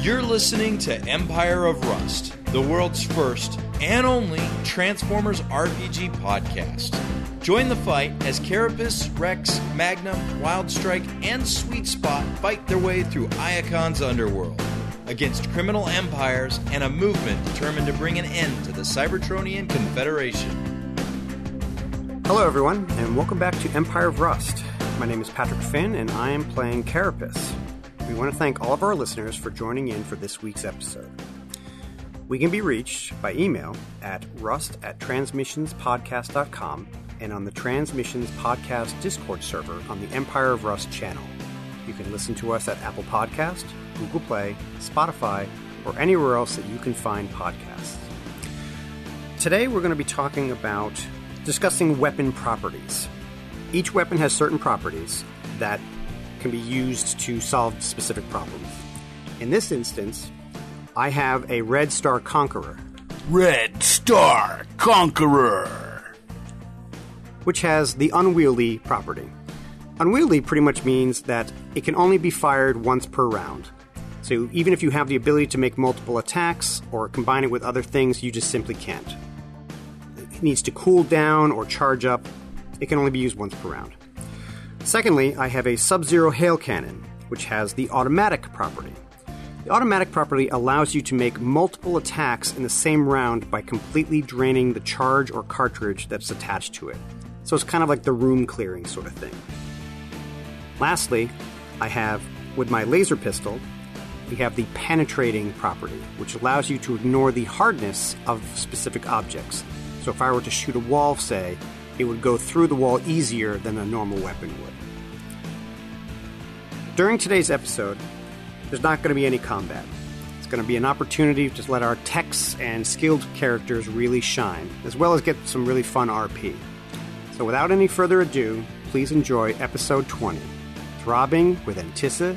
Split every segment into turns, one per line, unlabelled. You're listening to Empire of Rust, the world's first and only Transformers RPG podcast. Join the fight as Carapace, Rex, Magnum, Wildstrike, and Sweet Spot fight their way through Iacon's underworld against criminal empires and a movement determined to bring an end to the Cybertronian Confederation.
Hello, everyone, and welcome back to Empire of Rust. My name is Patrick Finn, and I am playing Carapace. We want to thank all of our listeners for joining in for this week's episode. We can be reached by email at rust at transmissionspodcast.com and on the Transmissions Podcast Discord server on the Empire of Rust channel. You can listen to us at Apple Podcast, Google Play, Spotify, or anywhere else that you can find podcasts. Today we're going to be talking about discussing weapon properties. Each weapon has certain properties that can be used to solve specific problems. In this instance, I have a Red Star Conqueror,
Red Star Conqueror.
which has the unwieldy property. Unwieldy pretty much means that it can only be fired once per round. So even if you have the ability to make multiple attacks or combine it with other things, you just simply can't. It needs to cool down or charge up. It can only be used once per round. Secondly, I have a Sub Zero Hail Cannon, which has the automatic property. The automatic property allows you to make multiple attacks in the same round by completely draining the charge or cartridge that's attached to it. So it's kind of like the room clearing sort of thing. Lastly, I have, with my laser pistol, we have the penetrating property, which allows you to ignore the hardness of specific objects. So if I were to shoot a wall, say, it would go through the wall easier than a normal weapon would. During today's episode, there's not going to be any combat. It's going to be an opportunity to let our techs and skilled characters really shine, as well as get some really fun RP. So without any further ado, please enjoy episode 20 Throbbing with Antissa.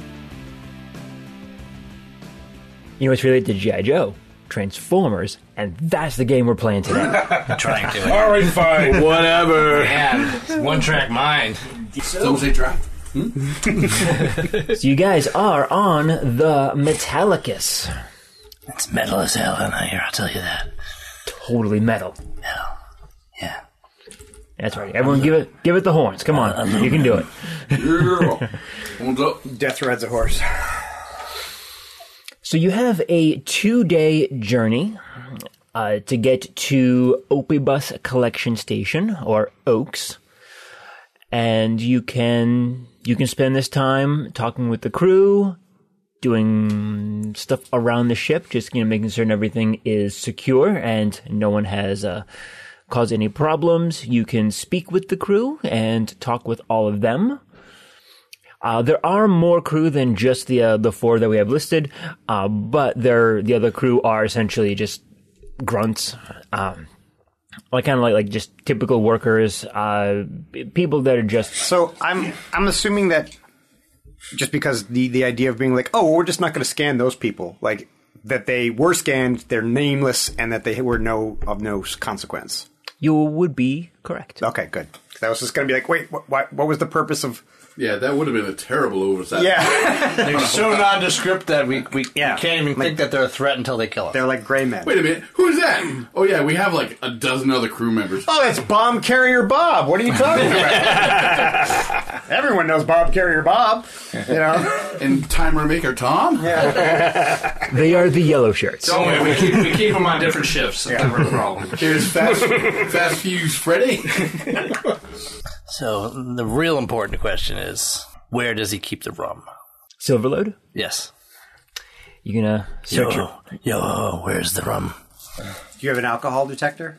You know, it's related to G.I. Joe, Transformers, and that's the game we're playing today.
trying to.
All right, fine, whatever.
Man, one track mind. Hmm?
so you guys are on the Metallicus.
It's metal as hell in here, I'll tell you that.
Totally metal.
Hell. Yeah.
That's right. Everyone give it give it the horns. Come
Uh,
Uh,
on. You can do it.
Death rides a horse.
So you have a two-day journey uh, to get to Opibus Collection Station or Oaks, and you can you can spend this time talking with the crew, doing stuff around the ship, just you know making certain everything is secure and no one has uh, caused any problems. You can speak with the crew and talk with all of them. Uh, there are more crew than just the uh, the four that we have listed, uh, but they're, the other crew are essentially just grunts, um, like kind of like like just typical workers, uh, people that are just
So I'm I'm assuming that just because the the idea of being like, oh, we're just not going to scan those people, like that they were scanned, they're nameless, and that they were no of no consequence.
you would be correct.
Okay, good. 'Cause I was just going to be like, wait, what, what? What was the purpose of?
Yeah, that would have been a terrible oversight.
Yeah,
They're so nondescript that we, we
Yeah.
can't even think that they're a threat until they kill us.
they're like gray men.
Wait a minute, who is that? Oh yeah, we have like a dozen other crew members.
Oh, that's Bomb Carrier Bob. What are you talking about? Everyone knows Bob Carrier Bob. You know,
And timer maker Tom? Yeah.
They are the yellow shirts.
Don't worry, we keep, we keep them on different shifts. It's never a problem.
Here's Fast Fast Fuse Freddy.
So, the real important question is where does he keep the rum?
Silverload,
Yes.
you gonna search your
Yo, yo, where's the rum?
do you have an alcohol detector?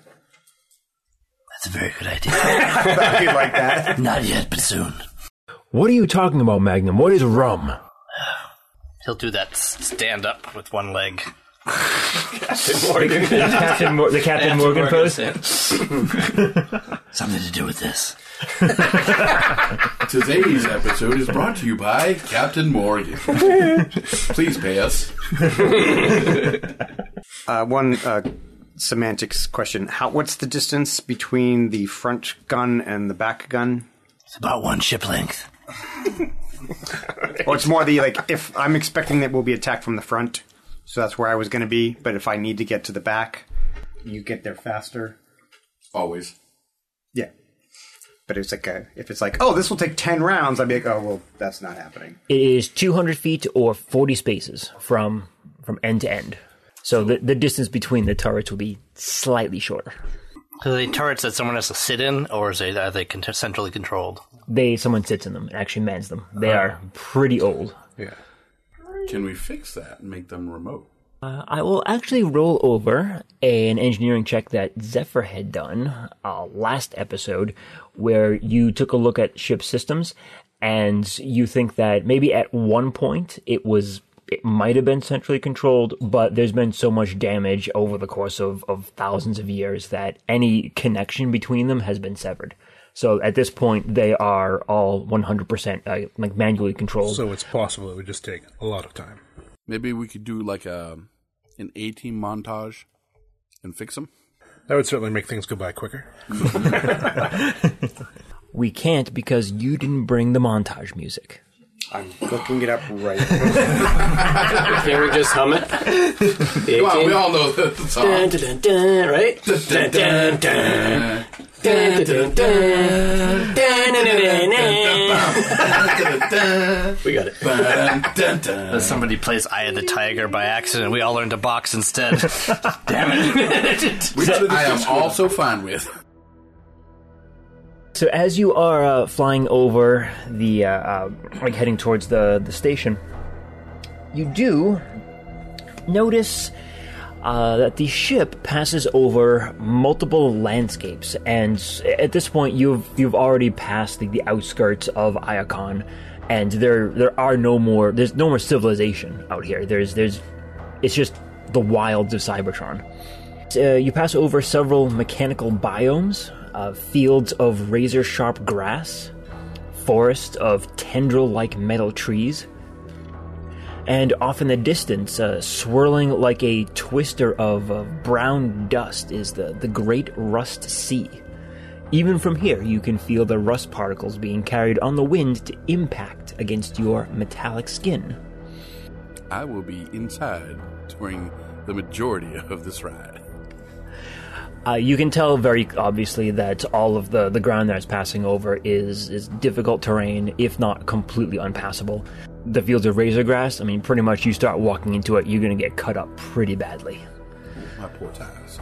That's a very good idea.
That'd be like that.
Not yet, but soon.
What are you talking about, Magnum? What is rum?
He'll do that s- stand up with one leg.
Captain Mor- the Captain Morgan pose.
Something to do with this.
Today's episode is brought to you by Captain Morgan. Please pay us.
Uh, one uh, semantics question: How? What's the distance between the front gun and the back gun?
It's about one ship length.
Or it's more the like if I'm expecting that we'll be attacked from the front, So that's where I was going to be. But if I need to get to the back, you get there faster.
Always.
Yeah. But it's like a, if it's like, oh, this will take ten rounds, I'd be like, oh, well, that's not happening.
It is 200 feet or 40 spaces from from end to end. So the, the distance between the turrets will be slightly shorter.
Are they turrets that someone has to sit in, or is they, are they con- centrally controlled?
They someone sits in them and actually mans them. They are pretty old.
Yeah. Can we fix that and make them remote?
Uh, I will actually roll over an engineering check that Zephyr had done uh, last episode, where you took a look at ship systems, and you think that maybe at one point it was it might have been centrally controlled, but there's been so much damage over the course of, of thousands of years that any connection between them has been severed. So at this point, they are all 100% uh, like manually controlled.
So it's possible it would just take a lot of time.
Maybe we could do like a an A team montage and fix them.
That would certainly make things go by quicker.
we can't because you didn't bring the montage music.
I'm looking it up right. now.
Can we just hum it? The
Well, we
eighteen-
all know the, the
Dun,
song.
dun, dun, dun, right? Dun, dun, dun. Dun, dun, dun, dun. Dun, dun, dun, dun, dun. We got it.
Dun, dun, dun.
Somebody plays Eye of the Tiger by accident. We all learn to box instead. Damn it.
Which I am also fine with.
So as you are uh, flying over the, uh, uh, like heading towards the the station, you do notice uh, that the ship passes over multiple landscapes, and at this point, you've you've already passed the, the outskirts of Iacon, and there there are no more there's no more civilization out here. There's there's it's just the wilds of Cybertron. Uh, you pass over several mechanical biomes, uh, fields of razor sharp grass, forests of tendril like metal trees, and off in the distance, uh, swirling like a twister of uh, brown dust, is the, the Great Rust Sea. Even from here, you can feel the rust particles being carried on the wind to impact against your metallic skin.
I will be inside during the majority of this ride.
Uh, you can tell very obviously that all of the, the ground that it's passing over is, is difficult terrain, if not completely unpassable. The fields of razor grass, I mean, pretty much you start walking into it, you're going to get cut up pretty badly.
My poor tires.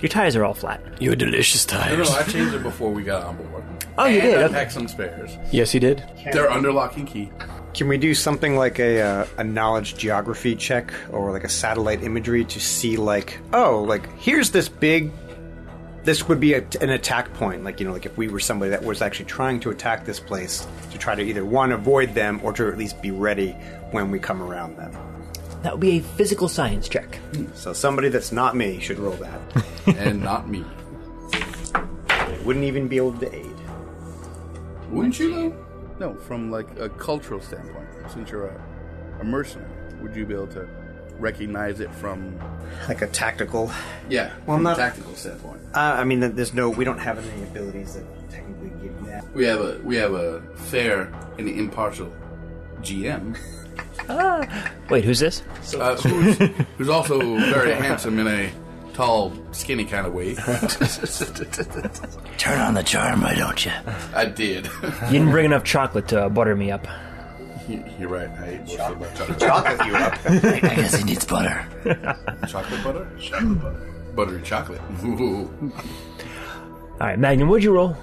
Your tires are all flat.
Your delicious
No, no,
tires.
I changed it before we got on board.
Oh, you
And
did?
I
Okay.
packed some spares.
Yes, he did.
They're under lock and key.
Can we do something like a uh, a knowledge geography check or like a satellite imagery to see like, oh, like here's this big. This would be a, an attack point, like you know, like if we were somebody that was actually trying to attack this place, to try to either one avoid them or to at least be ready when we come around them.
That would be a physical science check.
So somebody that's not me should roll that.
and not me.
They wouldn't even be able to aid.
Wouldn't you though? No, from like a cultural standpoint, since you're a, a mercenary, would you be able to recognize it from
Like a tactical.
yeah,
Well,
from
not-
a tactical standpoint?
Uh, I mean, there's no. We don't have any abilities that technically give you that.
We have a we have a fair and impartial GM
Wait, who's this?
uh, who's, who's also very handsome in a tall, skinny kind of way.
Turn on the charm, why don't you?
I did.
You didn't bring enough chocolate to uh, butter me up.
you're right. I ate most of my chocolate.
Chocolate you up.
I guess he needs butter.
Chocolate butter? Chocolate butter. Buttery chocolate. Ooh.
All right, Magnum, what'd you roll?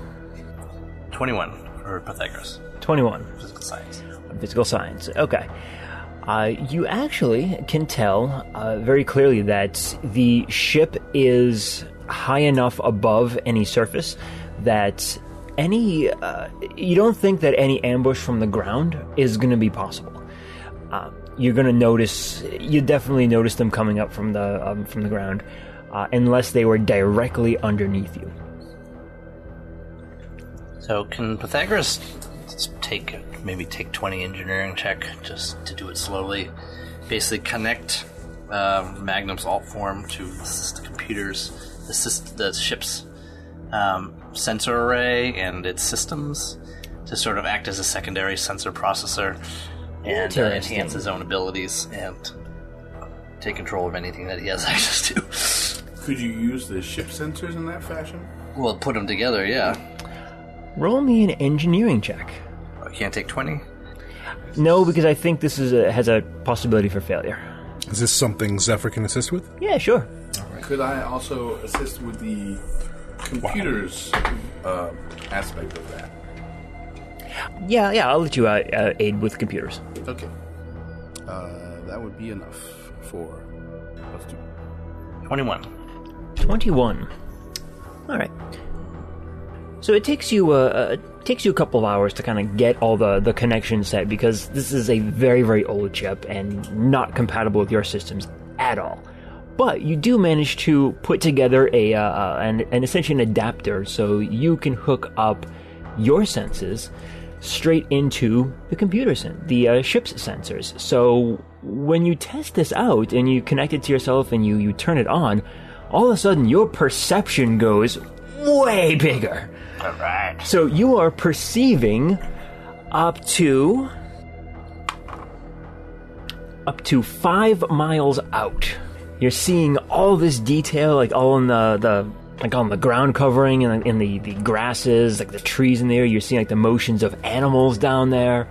21 for Pythagoras,
21.
physical science.
physical science. Okay. Uh, you actually can tell uh, very clearly that the ship is high enough above any surface that any uh, you don't think that any ambush from the ground is going to be possible. Uh, you're going to notice you definitely notice them coming up from the um, from the ground uh, unless they were directly underneath you.
So can Pythagoras s- take maybe take twenty engineering check just to do it slowly? Basically connect uh, Magnum's alt form to the sys- the computers, the, syst- the ship's um, sensor array and its systems to sort of act as a secondary sensor processor and uh,
Interesting.
enhance his own abilities and take control of anything that he has access to.
Could you use the ship sensors in that fashion?
Well, put them together, yeah.
Roll me an engineering check.
I can't take 20.
No, because I think this is a, has a possibility for failure.
Is this something Zephyr can assist with?
Yeah, sure.
Could I also assist with the computers uh, aspect of that?
Yeah, yeah, I'll let you uh, uh, aid with computers.
Okay. Uh, that would be enough for. Let's do.
21.
21. All right. So it takes you uh, uh, it takes you a couple of hours to kind of get all the the connections set because this is a very very old chip and not compatible with your systems at all. But you do manage to put together a uh, uh, an, an essentially an adapter so you can hook up your senses straight into the computer sen- the uh, ship's sensors. So when you test this out and you connect it to yourself and you you turn it on, all of a sudden your perception goes way bigger. So you are perceiving up to up to five miles out. You're seeing all this detail, like all in the, the like on the ground covering and in the, the grasses, like the trees in there. You're seeing like the motions of animals down there.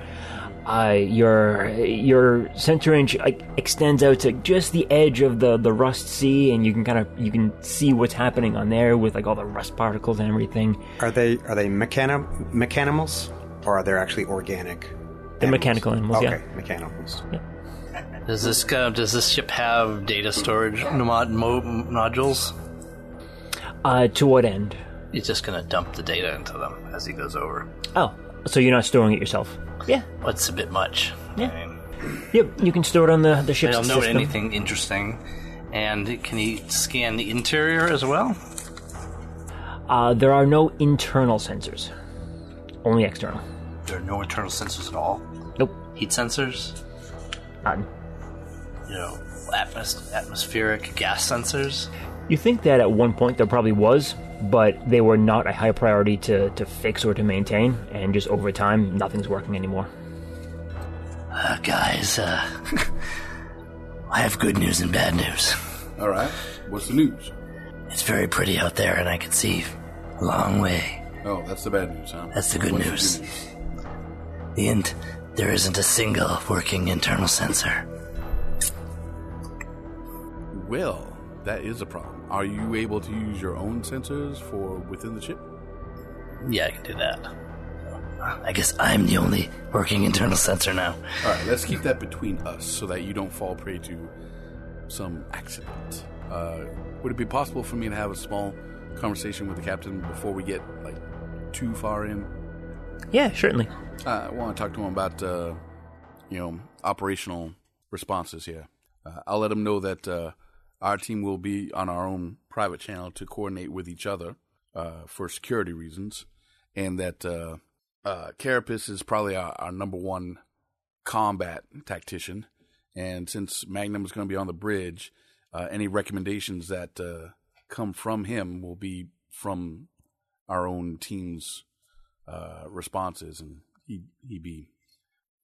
Uh, your your center inch like, extends out to just the edge of the, the rust sea, and you can kind of you can see what's happening on there with like all the rust particles and everything.
Are they are they mechani- mechanimals or are they actually organic?
They're mechanical animals,
Okay,
yeah.
mechanicals.
Does this uh, does this ship have data storage mod- mo- modules?
Uh, to what end?
He's just gonna dump the data into them as he goes over.
Oh, so you're not storing it yourself? Yeah.
That's a bit much.
Yeah.
I mean,
Yep. You can store it on the the
I
ship's
don't know
system.
anything interesting. And can he scan the interior as well?
Uh, there are no internal sensors, only external.
There are no internal sensors at all.
Nope.
Heat sensors,
None.
you know, atmos- atmospheric gas sensors.
You think that at one point there probably was, but they were not a high priority to, to fix or to maintain, and just over time, nothing's working anymore.
Uh, guys, uh, I have good news and bad news.
All right. What's the news?
It's very pretty out there, and I can see a long way.
Oh, that's the bad news, huh?
That's the good
What's
news. The int- there isn't a single working internal sensor.
news? Well, that is a problem. Are you able to use your own sensors for within the ship?
Yeah, I can do that. I guess I'm the only working internal sensor now.
All right. Let's keep that between us so that you don't fall prey to some accident. Uh, would it be possible for me to have a small conversation with the captain before we get like too far in?
Yeah, certainly.
Uh, I want to talk to him about, uh, you know, operational responses here. Uh, I'll let him know that uh, our team will be on our own private channel to coordinate with each other uh, for security reasons, and that uh, uh, Carapace is probably our, our number one combat tactician. And since Magnum is going to be on the bridge, uh, any recommendations that uh, come from him will be from our own team's uh, responses, and he he be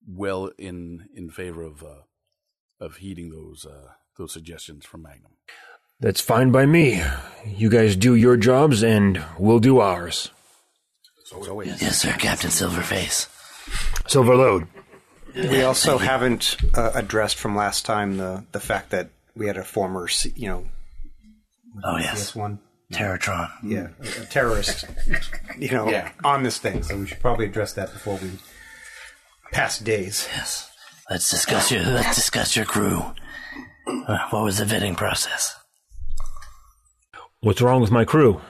well in in favor of uh, of heeding those uh, those suggestions from Magnum.
That's fine by me. You guys do your jobs and we'll do ours.
Yes, sir, Captain Silverface.
Silver load.
We also haven't uh, addressed from last time the the fact that we had a former, C- you know,
Oh, yes. Hmm.
one
Terratron.
yeah, a a terrorist, you know, on this thing. So we should probably address that before we pass days.
Yes. Let's discuss your let's discuss your crew. Uh, what was the vetting process?
What's wrong with my crew?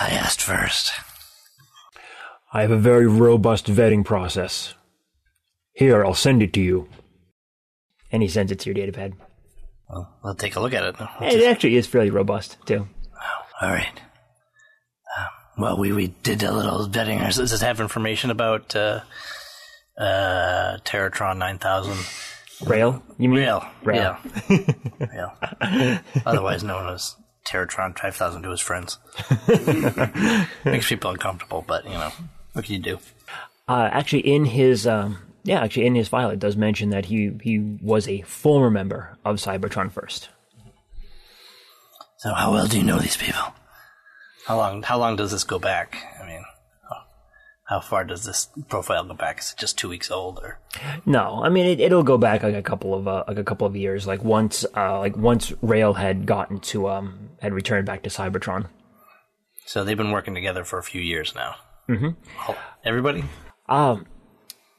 I asked first.
I have a very robust vetting process. Here, I'll send it to you.
And he sends it to your data pad.
Well, we'll take a look at it.
It actually is fairly robust, too.
All right. Um, well, we, we did a little vetting. ours- Does it have information about uh, uh, Terratron 9000?
Rail? You mean?
Real.
Rail.
Real. Real. Otherwise known as Terratron 5000 to his friends. Makes people uncomfortable, but, you know, what can you do?
Uh, actually, in his um, Yeah, actually, in his file, it does mention that he, he was a former member of Cybertron First.
So how well do you know these people? How long? How long does this go back? I mean, how- how far does this profile go back? Is it just two weeks old, or
No, I mean it, it'll go back like a couple of uh, like a couple of years. Like once, uh, like once Rail had gotten to um had returned back to Cybertron.
so? They've been working together for a few years now. Mm-hmm. Everybody.
Um,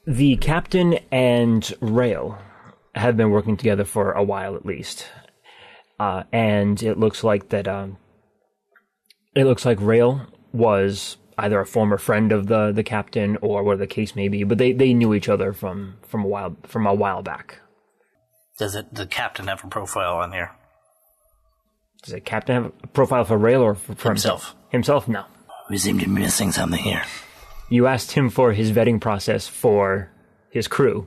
The captain and Rail have been working together for a while at least, uh, and it looks like that. Um, it looks like Rail was either a former friend of the the captain or whatever the case may be, but they, they knew each other from from a while from a while back.
Does it? The captain have a profile on here?
Does the captain have a profile for Rail or for, for
Himself.
Himself, no.
We seem to be missing something here.
You asked him for his vetting process for his crew,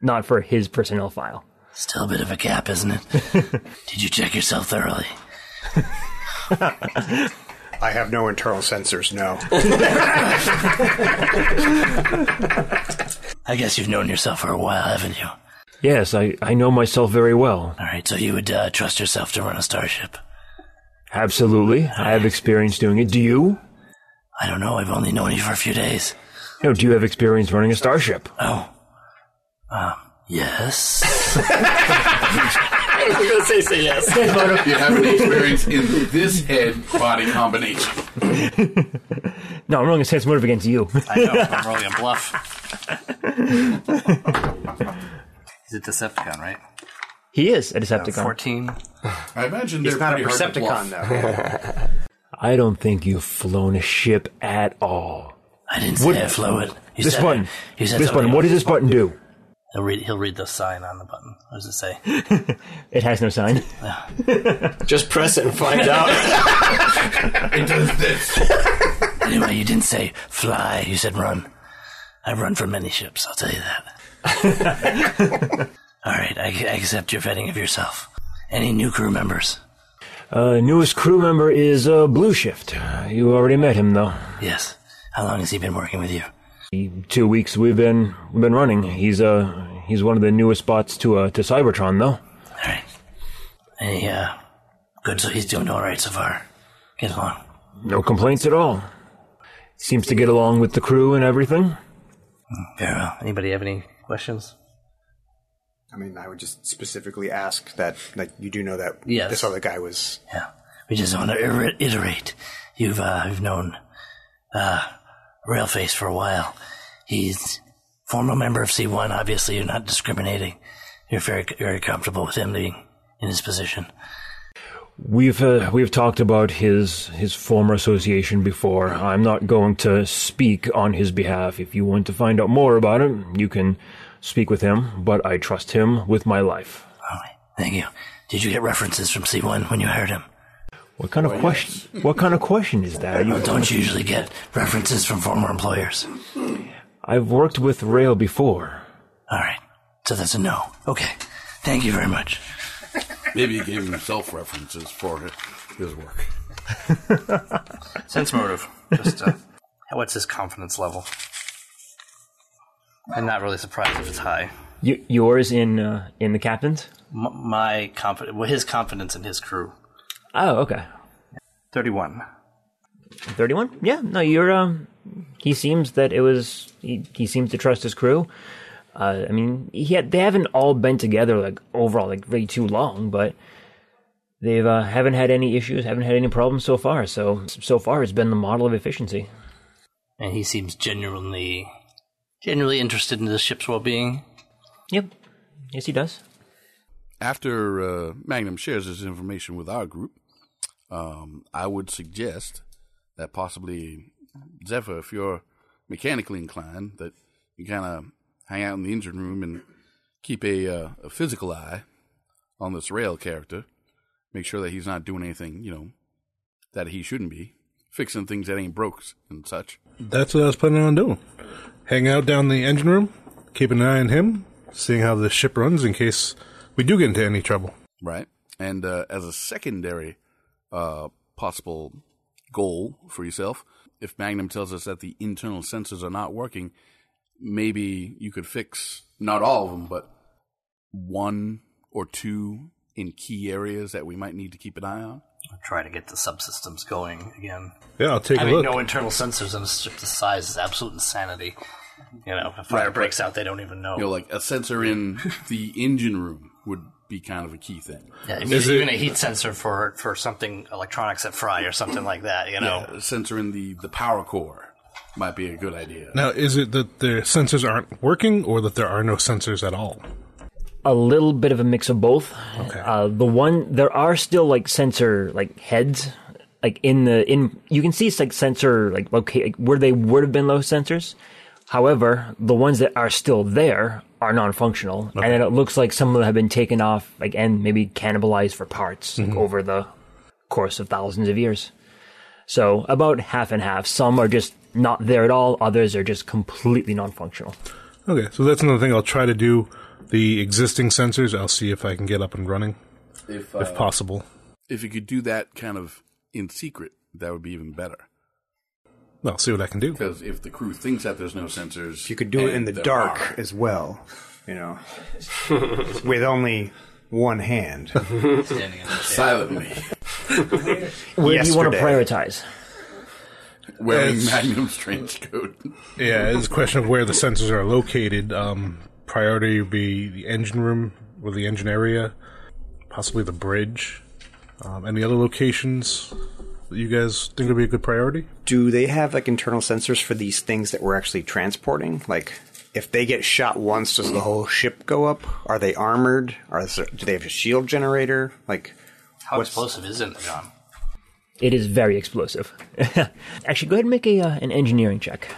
not for his personnel file.
Still a bit of a gap, isn't it? Did you check yourself thoroughly?
I have no internal sensors, no.
I guess you've known yourself for a while, haven't you?
Yes, I, I know myself very well.
All right, so you would uh, trust yourself to run a starship.
Absolutely. I have experience doing it. Do you?
I don't know. I've only known you for a few days.
No, do you have experience running a starship?
Oh. Um, yes.
We're going to say say yes.
You have any experience in this head body combination.
No, I'm rolling a sense motive against you.
I know. I'm rolling a bluff. He's a Decepticon, right?
he is a Decepticon.
14.
I imagine
He's
they're
not a
pretty hard to
Percepticon,
bluff.
though.
I don't think you've flown a ship at all.
I didn't say
What-
I flew it. You
this
said,
button.
You said
This button. What does this button do?
He'll read, he'll read the sign on the button. What does it say?
It has no sign.
Just press it and find out.
It does this.
anyway, you didn't say fly. You said run. I've run from many ships, I'll tell you that. All right, I, I accept your vetting of yourself. Any new crew members?
Uh, newest crew member is uh, Blue Shift. You already met him, though.
Yes. How long has he been working with you?
Two weeks we've been we've been running. He's uh he's one of the newest spots to uh to Cybertron, though.
All right. Any, uh, good, so he's doing all right so far. Get along.
No complaints at all. Seems to get along with the crew and everything.
Very well. Anybody have any questions?
I mean, I would just specifically ask that, like, you do know that
Yes.
this other guy was.
Yeah. We just want to ir- iterate. You've, uh, you've known, uh, Railface for a while. He's former member of C1. Obviously, you're not discriminating. You're very, very comfortable with him being in his position.
We've uh, we've talked about his his former association before. I'm not going to speak on his behalf. If you want to find out more about him, you can speak with him. But I trust him with my life.
All right. Thank you. Did you get references from C1 when you hired him?
What kind of question? What kind of question is that? You-
Don't you usually get references from former employers?
I've worked with Rail before.
All right. So that's a no. Okay. Thank you very much.
Maybe he gave himself references for his- his work.
Sense motive. Just uh, what's his confidence level? I'm not really surprised if it's high.
Y- yours in uh, in the captain's.
M- my confidence, well, his confidence in his crew.
Oh, okay.
Thirty-one.
Thirty-one. Yeah. No, you're. Um, he seems that it was. He, he seems to trust his crew. Uh, I mean, he had, they haven't all been together like overall like really too long, but they've uh, haven't had any issues, haven't had any problems so far. So so far, it's been the model of efficiency.
And he seems genuinely, genuinely interested in the ship's well-being.
Yep. Yes, he does.
after uh, Magnum shares this information with our group, um, I would suggest that possibly Zephyr, if you're mechanically inclined, that you kind of hang out in the engine room and keep a, uh, a physical eye on this rail character. Make sure that he's not doing anything, you know, that he shouldn't be fixing things that ain't broke and such.
That's what I was planning on doing. Hang out down the engine room, keep an eye on him, seeing how the ship runs in case we do get into any trouble.
Right. And uh, as a secondary uh, possible goal for yourself, if Magnum tells us that the internal sensors are not working, maybe you could fix not all of them, but one or two in key areas that we might need to keep an eye on.
I'll try to get the subsystems going again.
Yeah, I'll take a
Having
look.
no internal sensors and a strip the size is absolute insanity. You know, if a fire breaks out, they don't even know.
You know, like a sensor in the engine room would be kind of a key thing.
yeah, even,
Is it-
even a heat sensor for for something electronics at Fry or something like that. You know,
A sensor in the, the power core might be a good idea.
now, is it that the sensors aren't working, or that there are no sensors at all?
a little bit of a mix of both. Uh, the one there are still like sensor like heads like in the in you can see it's like sensor like okay like where they would have been low sensors. However, the ones that are still there are non-functional, and then it looks like some of them have been taken off like and maybe cannibalized for parts like, over the course of thousands of years. So about half and half. Some are just not there at all. Others are just completely non-functional.
Okay, so that's another thing I'll try to do. The existing sensors, I'll see if I can get up and running, if
If, uh,
possible.
if you could do that kind of in secret, that would be even better.
I'll see what I can do.
Because if the crew thinks that there's no sensors,
You could do it in
and
the
there
dark
are,
as well, you know, with only one hand.
standing in the shade.
silently
Where do you want to
Yesterday.
prioritize?
wearing
Yes.
Magnum's trench coat.
Yeah, it's a question of where the sensors are located. Um, priority would be the engine room or the engine area, possibly the bridge. Um, any other locations that you guys think would be a good priority?
Do they have like internal sensors for these things that we're actually transporting? Like, if they get shot once, does the whole ship go up? Are they armored? Are there, do they have a shield generator? Like,
How explosive is it, John?
It is very explosive. Actually, go ahead and make a uh, an engineering check.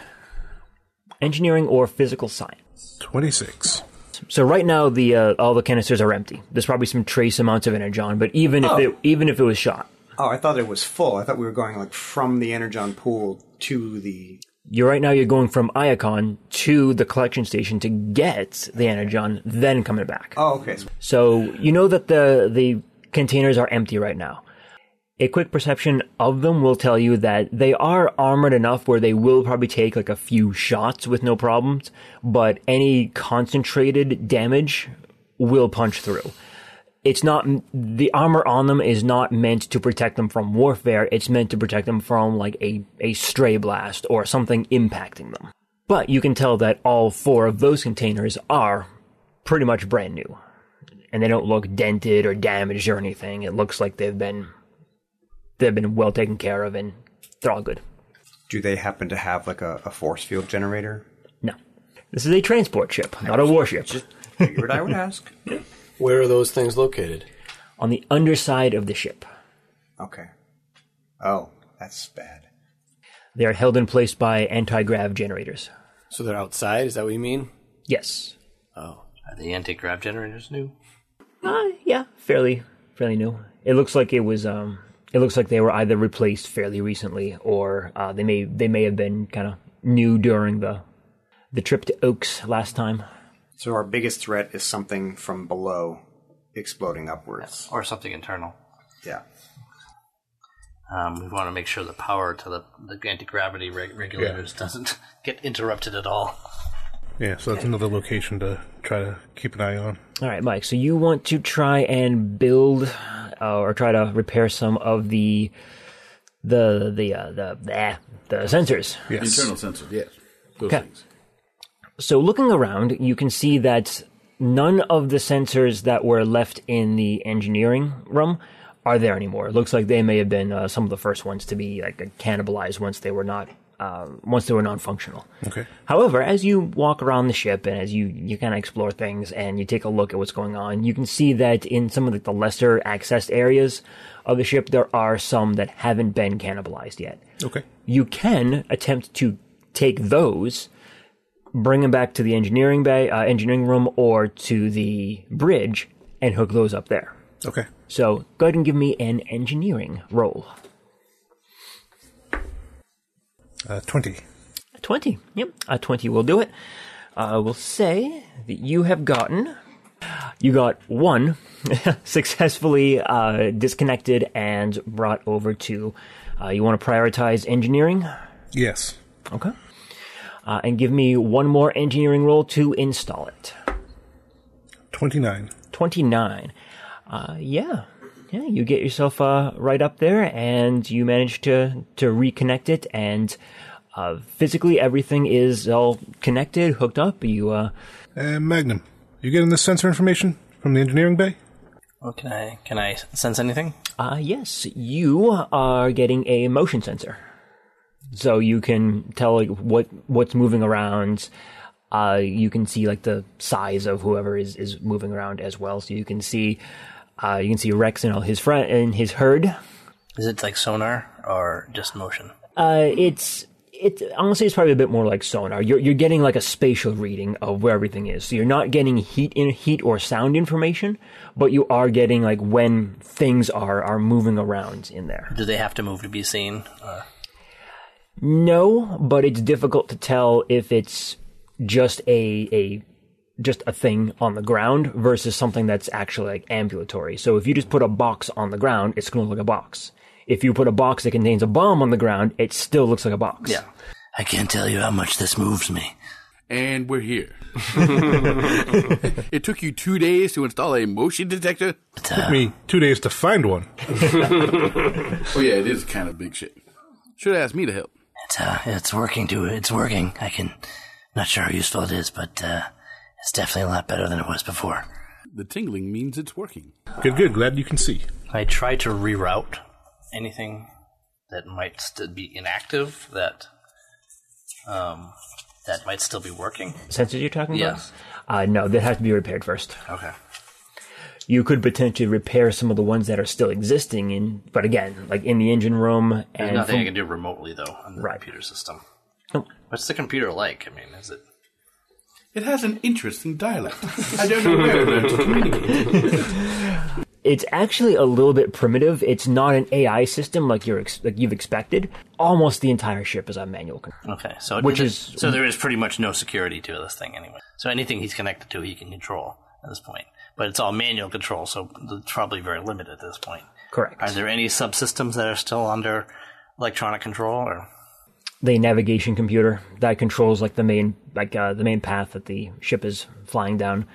Engineering or physical science.
26.
So right now the uh, all the canisters are empty. There's probably some trace amounts of energon, but even if it even if it was shot,
oh, I thought it was full. I thought we were going like from the energon pool to the.
you right now you're going from Iacon to the collection station to get the energon, then coming back.
Oh, okay.
So you know that the the containers are empty right now. A quick perception of them will tell you that they are armored enough where they will probably take like a few shots with no problems, but any concentrated damage will punch through. It's not the armor on them is not meant to protect them from warfare. It's meant to protect them from like a a stray blast or something impacting them. But you can tell that all four of those containers are pretty much brand new and they don't look dented or damaged or anything. It looks like they've been they've been well taken care of and they're all good.
Do they happen to have like a, a force field generator?
No. This is a transport ship, not a warship.
Figured I would ask.
Where are those things located?
On the underside of the ship.
Okay. Oh, that's bad.
They are held in place by anti-grav generators.
So they're outside. Is that what you mean?
Yes.
Are the anti-grav generators new?
Uh, yeah, fairly fairly new. It looks like it was um it looks like they were either replaced fairly recently or uh, they may they may have been kind of new during the the trip to Oaks last time.
So our biggest threat is something from below exploding upwards.
or something internal.
Yeah.
Um, we want to make sure the power to the, the anti gravity reg- regulators doesn't get interrupted at all.
Yeah, so that's another location to try to keep an eye on.
All right, Mike. So you want to try and build uh, or try to repair some of the the the uh, the bleh, the sensors.
Yes.
Internal sensors, yes. Those
Okay.
things.
So looking around, you can see that none of the sensors that were left in the engineering room are there anymore. It looks like they may have been uh, some of the first ones to be like cannibalized once they were not uh, once they were non-functional.
Okay.
However, as you walk around the ship and as you, you kind of explore things and you take a look at what's going on, you can see that in some of the, the lesser accessed areas of the ship, there are some that haven't been cannibalized yet.
Okay.
You can attempt to take those, bring them back to the engineering bay, uh, engineering room, or to the bridge, and hook those up there.
Okay.
So go ahead and give me an engineering roll.
Uh, 20.
20. Yep, a 20 will do it. I will say that you have gotten. You got one successfully uh, disconnected and brought over to. Uh, you want to prioritize engineering?
Yes.
Okay. uh, and give me one more engineering roll to install it.
29.
29. Uh, yeah. Yeah, you get yourself uh, right up there and you manage to, to reconnect it and uh, physically everything is all connected, hooked up. You uh,
And Magnum, you getting this sensor information from the engineering bay?
Well, can I can I sense anything?
Uh, yes, you are getting a motion sensor, so you can tell like what what's moving around. Uh, you can see like the size of whoever is is moving around as well. So you can see, uh, you can see Rex and all his friend and his herd.
Is it like sonar or just motion?
Uh, it's it honestly it's probably a bit more like sonar. You're you're getting like a spatial reading of where everything is. So you're not getting heat in heat or sound information, but you are getting like when things are are moving around in there.
Do they have to move to be seen? Uh, Or
No, but it's difficult to tell if it's just a a just a thing on the ground versus something that's actually like ambulatory. So if you just put a box on the ground, it's going to look like a box. If you put a box that contains a bomb on the ground, it still looks like a box.
yeah, I can't tell you how much this moves me.
And we're here. it took you two days to install a motion detector.
Took me two days to find one.
Oh yeah, it is kind of big shit. Should have asked me to help.
It's uh, it's working. To it's working. I can. Not sure how useful it is, but uh, it's definitely a lot better than it was before.
The tingling means it's working.
Good, good. Glad you can see.
I try to reroute anything that might still be inactive that um, that might still be working.
Sensors you're talking
Yes.
about? Uh, no, they have to be repaired first.
Okay.
You could potentially repair some of the ones that are still existing in, but again, like in the engine room
There's
and
nothing
from-
I can do remotely though on the
Right.
computer system.
Nope.
What's the computer like? I mean, is it?
It has an interesting dialect. I don't know where it learned to communicate.
it's actually a little bit primitive. It's not an AI system like you're ex- like you've expected. Almost the entire ship is on manual control.
Okay, so it-
Which
it-
is-
so there is pretty much no security to this thing anyway. So anything he's connected to, he can control at this point. But it's all manual control, so it's probably very limited at this point.
Correct.
Are there any subsystems that are still under electronic control, or
The navigation computer that controls like the main like uh, the main path that the ship is flying down.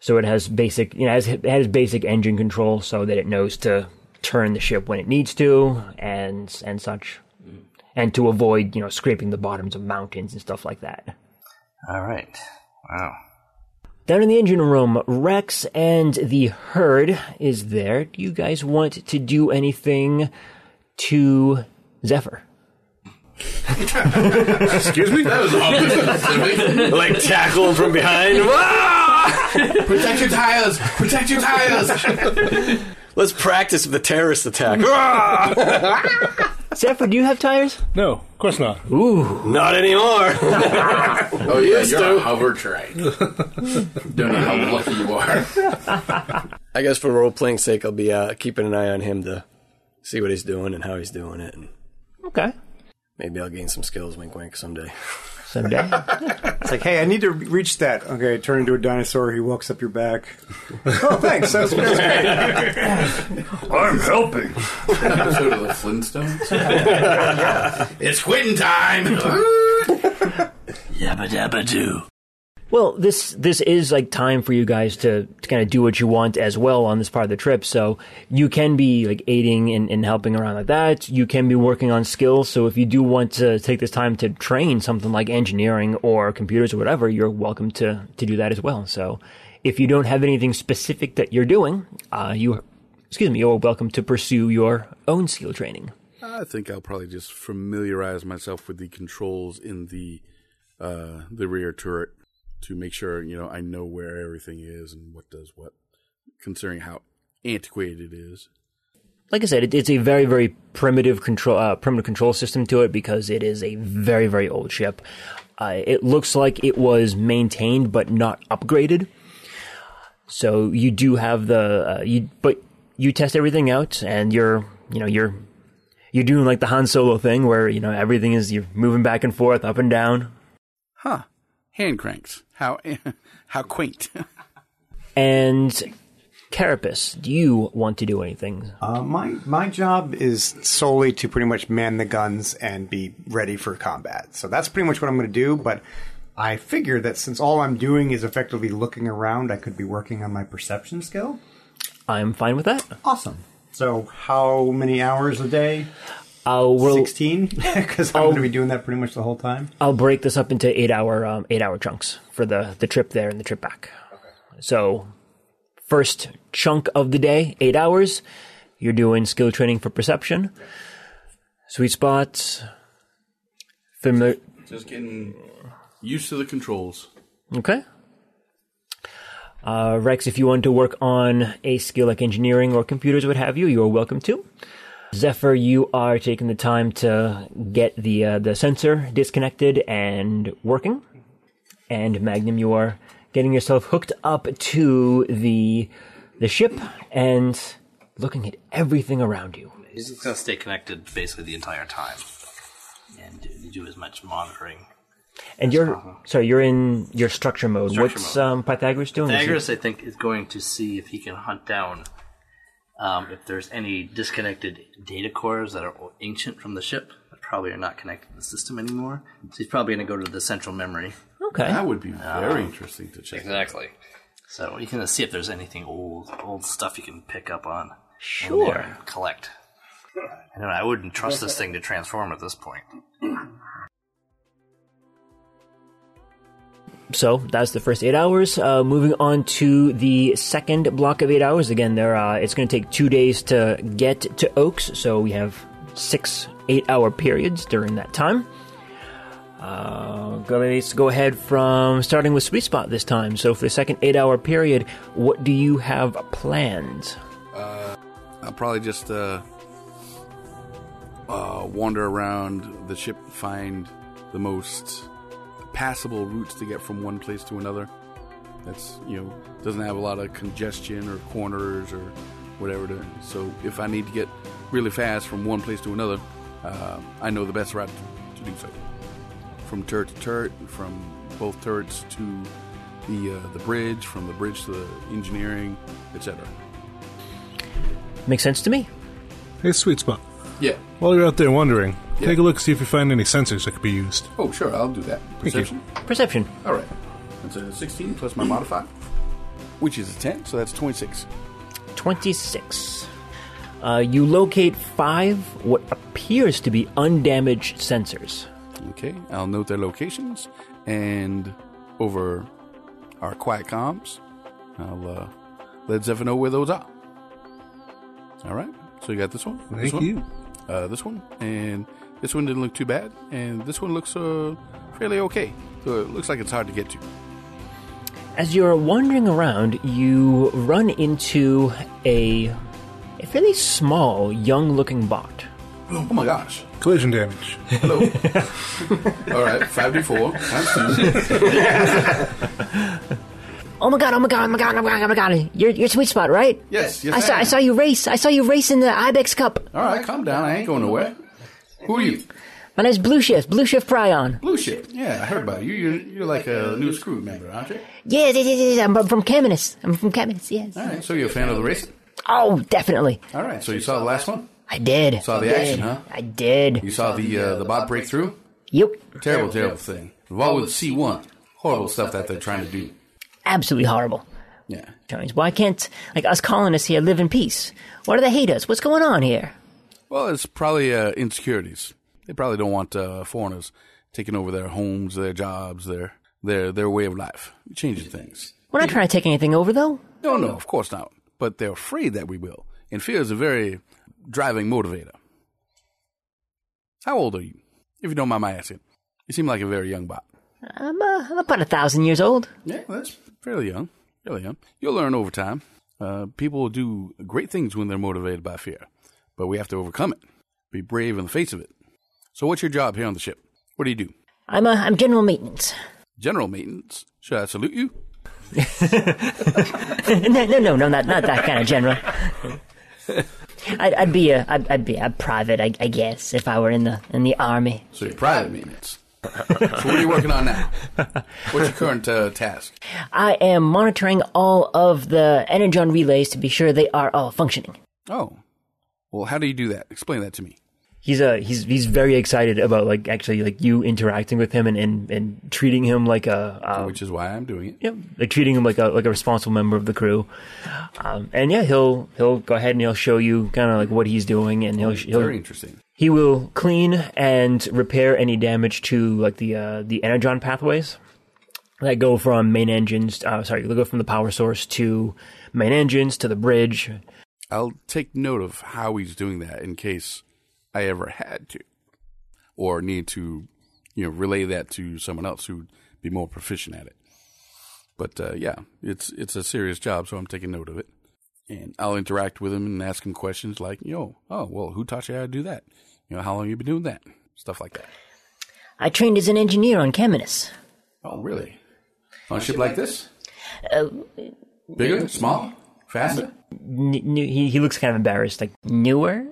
So it has basic you know it has, it has basic engine control so that it knows to turn the ship when it needs to and and such.
Mm-hmm.
And to avoid, you know, scraping the bottoms of mountains and stuff like that.
all right? Wow.
Down in the engine room, Rex and the herd is there. Do you guys want to do anything to Zephyr?
Excuse me?
like tackle him from behind. Ah!
Protect your tires! Protect your tires!
Let's practice the terrorist attack. Ah!
Zephyr, do you have tires?
no, of course not.
Not anymore.
Oh yeah, you're a hover train. Don't know how lucky you are.
I guess for role playing sake, I'll be uh, keeping an eye on him to see what he's doing and how he's doing it, and
Okay.
maybe I'll gain some skills. Wink, wink, someday.
Someday.
It's like, hey, I need to re- reach that. Okay, turn into a dinosaur. He walks up your back. oh, thanks. That was, that was great.
I'm helping.
Episode of the Flintstones. it's quitting time.
Yabba dabba do.
well, this this is like time for you guys to, to kind of do what you want as well on this part of the trip. So you can be like aiding and, and helping around like that. You can be working on skills. So if you do want to take this time to train something like engineering or computers or whatever, you're welcome to to do that as well. So if you don't have anything specific that you're doing, uh, you excuse me, you're welcome to pursue your own skill training.
I think I'll probably just familiarize myself with the controls in the uh, the rear turret to make sure you know I know where everything is and what does what, considering how antiquated it is.
like I said, it, it's a very, very primitive control, uh, primitive control system to it because it is a very, very old ship. Uh, it looks like it was maintained but not upgraded. So you do have the, uh, you, but you test everything out and you're, you know, you're, you're doing like the Han Solo thing where, you know, everything is, you're moving back and forth, up and down.
Huh? Hand cranks. How how quaint.
And Carapace, do you want to do anything?
Uh, my my job is solely to pretty much man the guns and be ready for combat. So that's pretty much what I'm going to do. But I figure that since all I'm doing is effectively looking around, I could be working on my perception skill.
I'm fine with that.
Awesome. So how many hours a day?
Uh, we'll, oh.
16 because I'm going to be doing that pretty much the whole time.
I'll break this up into eight hour um, eight hour chunks for the the trip there and the trip back. So, first chunk of the day, eight hours. You're doing skill training for perception, sweet spots, familiar.
Just getting used to the controls.
Okay. Uh, Rex, if you want to work on a skill like engineering or computers, what have you, you are welcome to. Zephyr, you are taking the time to get the uh, the sensor disconnected and working, and Magnum, you are getting yourself hooked up to the the ship and looking at everything around you.
He's just gonna stay connected basically the entire time, and do, do as much monitoring.
And you're sorry, you're in your structure mode.
uh-huh. Structure
What's
mode.
Um, Pythagoras doing? Is he-
Pythagoras, I think, is going to see if he can hunt down um, if there's any disconnected data cores that are ancient from the ship that probably are not connected to the system anymore. So he's probably going to go to the central memory. Um,
Okay.
That would be very interesting to check.
Exactly. So you can see if there's anything old, old stuff you can pick up on. on there
Sure.
and collect. I don't know. I wouldn't trust this thing to transform at this point.
So that's the first eight hours. Uh, moving on to the second block of eight hours. Again, there uh, it's going to take two days to get to Oaks, so we have six eight-hour periods during that time. Uh, go- let's go ahead from starting with Sweet Spot this time. So for the second eight-hour period, what do you have planned?
I'll probably just uh, uh, wander around the ship, find the most passable routes to get from one place to another. That's you know doesn't have a lot of congestion or corners or whatever. To, so if I need to get really fast from one place to another, uh, I know the best route to, to do so. From turret to turret, from both turrets to the uh, the bridge, from the bridge to the engineering, etc.
Makes sense to me.
Hey, sweet spot.
Yeah.
While you're out there wandering,
Yeah.
take a look see if you find any sensors that could be used.
Oh, sure, I'll do that.
you.
Perception?
Perception.
All right. That's a 16 plus my modifier, which is a 10, so that's 26.
26. Uh, you locate five what appears to be undamaged sensors.
Okay, I'll note their locations, and over our quiet comms, I'll uh, let Zephyr know where those are. All right, so you got this one, this
Thank
one,
you.
Uh, this one, and this one didn't look too bad, and this one looks uh, fairly okay. So it looks like it's hard to get to.
As you're wandering around, you run into a, a fairly small, young looking bot.
Oh my gosh.
Collision damage.
Hello. All right, 5d4 times 2.
Oh my god, oh my god, oh my god, oh my god, oh my god. You're, you're Sweet Spot, right?
Yes, yes.
I saw, I saw you race. I saw you race in the Ibex Cup.
All right, calm down. I ain't going nowhere. Who are you?
My name's Blue Shift, Blue Shift Pryon.
Blue ship. Yeah, I heard about you. You're, you're like a new crew member, aren't you?
Yeah, yeah, yeah, yeah, I'm from Caminus. I'm from Caminus, yes.
All right, so you're a fan of the race?
Oh, definitely.
All right, so you saw the last one?
I did.
Saw the
I did.
action, huh?
I did.
You saw the uh, the bot breakthrough?
Yep.
Terrible, terrible thing. Involved with C1. Horrible stuff that they're trying to do.
Absolutely horrible.
Yeah.
Chinese. Why can't like us colonists here live in peace? Why do they hate us? What's going on here?
Well, it's probably uh, insecurities. They probably don't want uh, foreigners taking over their homes, their jobs, their their their way of life, changing things.
We're not trying to take anything over though.
Oh, No, no, of course not. But they're afraid that we will. And fear is a very driving motivator. How old are you? If you don't mind my asking. You seem like a very young bot.
I'm, uh, I'm about a thousand years old.
Yeah, that's fairly young. Fairly young. You'll learn over time. Uh, people will do great things when they're motivated by fear. But we have to overcome it. Be brave in the face of it. So what's your job here on the ship? What do you do?
I'm uh, I'm general maintenance.
General maintenance. Should I salute you?
no, no, no, no, not not that kind of general. I'd, I'd be a I'd, I'd be a private, I, I guess, if I were in the in the army.
So you're private maintenance. So what are you working on now? What's your current uh, task?
I am monitoring all of the energon relays to be sure they are all functioning.
Oh, well, how do you do that? Explain that to me.
He's uh he's he's very excited about like actually like you interacting with him and and, and treating him like a uh,
Which is why I'm doing it.
yeah, like treating him like a like a responsible member of the crew. Um, and yeah, he'll he'll go ahead and he'll show you kind of like what he's doing and he'll he'll
Very interesting.
He will clean and repair any damage to like the uh, the energon pathways that go from main engines. Uh, sorry, they go from the power source to main engines to the bridge.
I'll take note of how he's doing that in case I ever had to, or need to, you know, relay that to someone else who'd be more proficient at it. But uh, yeah, it's it's a serious job, so I'm taking note of it, and I'll interact with him and ask him questions like, "Yo, oh well, who taught you how to do that? You know, how long you been doing that? Stuff like that."
I trained as an engineer on Caminus.
Oh, really? On a ship like this? Bigger, smaller, faster?
N- n- he he looks kind of embarrassed, like newer.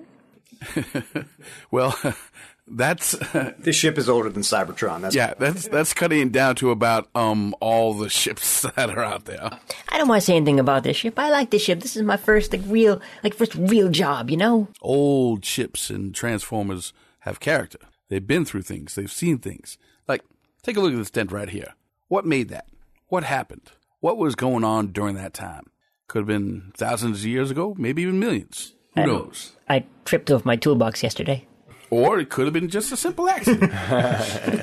Well, that's
This ship is older than Cybertron. That's
yeah, that's that's cutting it down to about um all the ships that are out there.
I don't want to say anything about this ship. I like this ship. This is my first like real like first real job, you know.
Old ships and transformers have character. They've been through things. They've seen things. Like, take a look at this dent right here. What made that? What happened? What was going on during that time? Could have been thousands of years ago, maybe even millions. Who knows?
I tripped off my toolbox yesterday.
Or it could have been just a simple accident.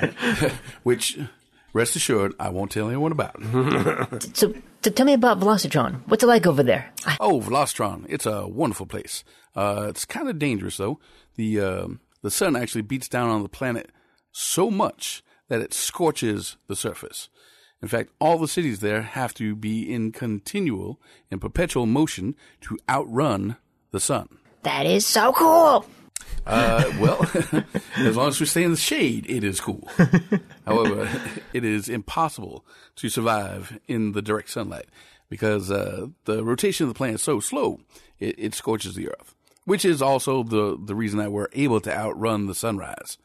Which, rest assured, I won't tell anyone about.
So, so tell me about Velocitron. What's it like over there? I,
Oh, Velostron. It's a wonderful place. Uh, it's kind of dangerous, though. The, um the sun actually beats down on the planet so much that it scorches the surface. In fact, all the cities there have to be in continual and perpetual motion to outrun the sun.
that is so cool.
Uh, well, as long as we stay in the shade, it is cool. However, it is impossible to survive in the direct sunlight because uh, the rotation of the planet is so slow, it, it scorches the Earth, which is also the, the reason that we're able to outrun the sunrise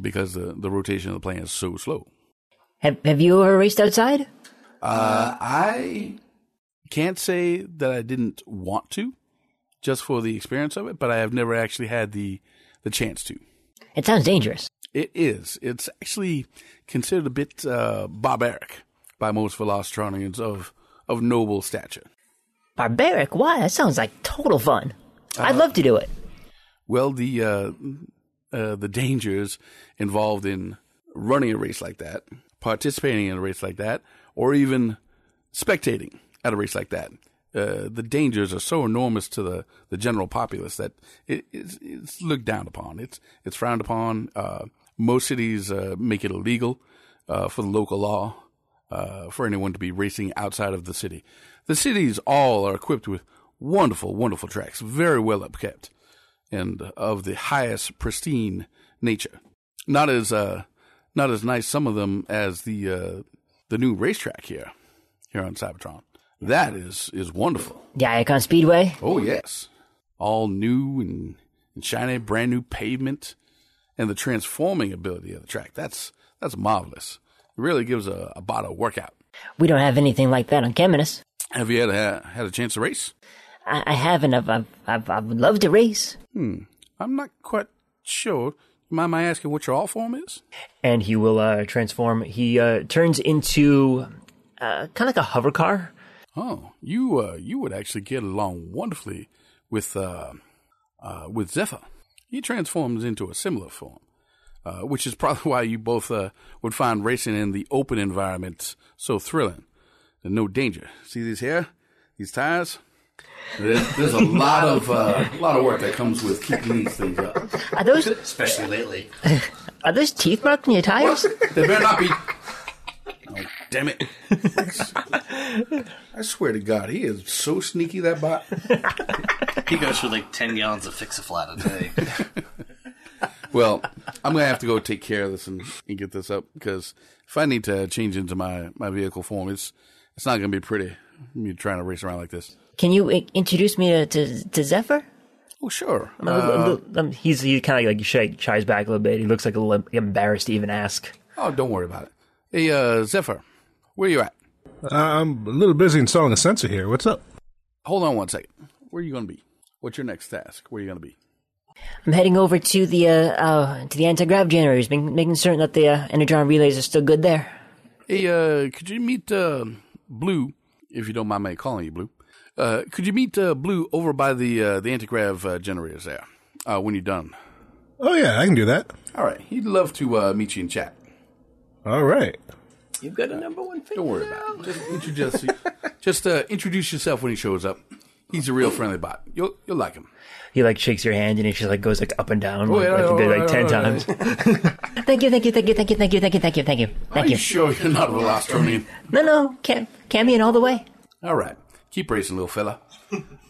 because the, the rotation of the planet is so slow.
Have Have you ever raced outside?
Uh, I can't say that I didn't want to just for the experience of it, but I have never actually had the, the chance to.
It sounds dangerous.
It is. It's actually considered a bit uh, barbaric by most Velostronians of of noble stature.
Barbaric? Why? That sounds like total fun. I'd love to do it.
Uh, Well, the uh, uh, the dangers involved in running a race like that, participating in a race like that, or even spectating at a race like that. Uh, the dangers are so enormous to the, the general populace that it, it's, it's looked down upon. It's it's frowned upon. Uh, most cities uh, make it illegal uh, for the local law uh, for anyone to be racing outside of the city. The cities all are equipped with wonderful, wonderful tracks, very well upkept and of the highest pristine nature. Not as uh, not as nice some of them as the uh, the new racetrack here here on Cybertron. That is is wonderful.
The Iacon Speedway?
Oh yes, all new and, and shiny, brand new pavement, and the transforming ability of the track. That's that's marvelous. It really gives a, a bot a workout.
We don't have anything like that on Caminus.
Have you had a, had a chance to race?
I, I haven't. I've, I've, I've, I would love to race.
Hmm. I'm not quite sure. Mind my asking what your all form is?
And he will uh, transform. He uh, turns into uh, kind of like a hover car.
Oh, you uh, you would actually get along wonderfully with uh, uh, with Zephyr. He transforms into a similar form, uh, which is probably why you both uh, would find racing in the open environment so thrilling. There's no danger. See these here, these tires. There's, there's a lot of uh, lot of work that comes with keeping these things up.
Are those
Especially lately.
are those teeth marked in your tires?
They better not be. Oh, damn it! I swear to God, he is so sneaky that bot.
He goes for like 10 gallons of Fix a Flat a day.
Well, I'm gonna have to go take care of this and, and get this up because if I need to change into my, my vehicle form, it's it's not gonna be pretty. Me trying to race around like this.
Can you i- introduce me to, to, to Zephyr?
Oh sure, Uh,
Um, he's he kind of like shy, shies back a little bit. He looks like a little embarrassed to even ask.
Oh, don't worry about it. Hey, uh, Zephyr, where you at?
Uh, I'm a little busy installing a sensor here. What's up?
Hold on one second. Where you gonna be? What's your next task? Where you gonna be?
I'm heading over to the uh, uh to the anti-grav generators, making, making certain that the uh, energon relays are still good there.
Hey, uh, could you meet uh, Blue, if you don't mind me calling you Blue? Uh, could you meet uh, Blue over by the uh, the antigrav uh, generators there uh, when you're done?
Oh yeah, I can do that.
All right, he'd love to uh, meet you in chat.
All right.
You've got a number one fan.
Don't worry about it. Just introduce, just uh, introduce yourself when he shows up. He's a real friendly bot. You'll you'll like him.
He like shakes your hand and it just like goes like up and down like,
Oh, yeah,
like, a bit, like
yeah,
ten
yeah,
times. thank you, thank you, thank you, thank you, thank you, thank you, thank you, thank you,
Are
thank
you
you.
sure you're not a Velostronian?
No, no, cam cambion all the way.
All right, keep racing, little fella.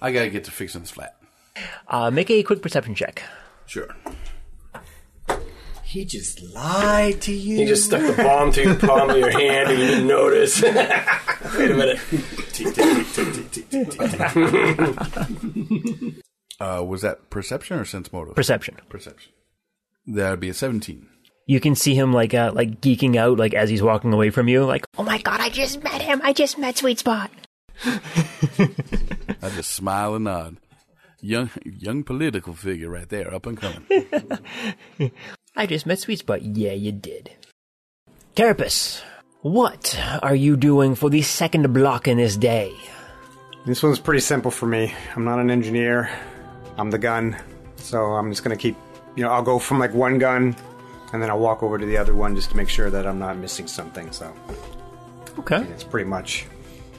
I gotta get to fixing this flat.
Uh, make a quick perception check.
Sure.
He just lied to you.
You just stuck the bomb through the palm of your hand and you didn't notice. Wait a minute.
Tick, tick, tick, tick, tick, tick, tick, tick.
Uh, was that perception or sense motive?
Perception.
perception. That'd be a seventeen.
You can see him like uh, like geeking out like as he's walking away from you. Like, oh my god, I just met him. I just met Sweet Spot.
I just smile and nod. Young, young political figure right there, up and coming.
I just met Sweet Spot. Yeah, you did. Carapace, what are you doing for the second block in this day?
This one's pretty simple for me. I'm not an engineer. I'm the gun. So I'm just going to keep, you know, I'll go from like one gun and then I'll walk over to the other one just to make sure that I'm not missing something. So
Okay.
it's pretty much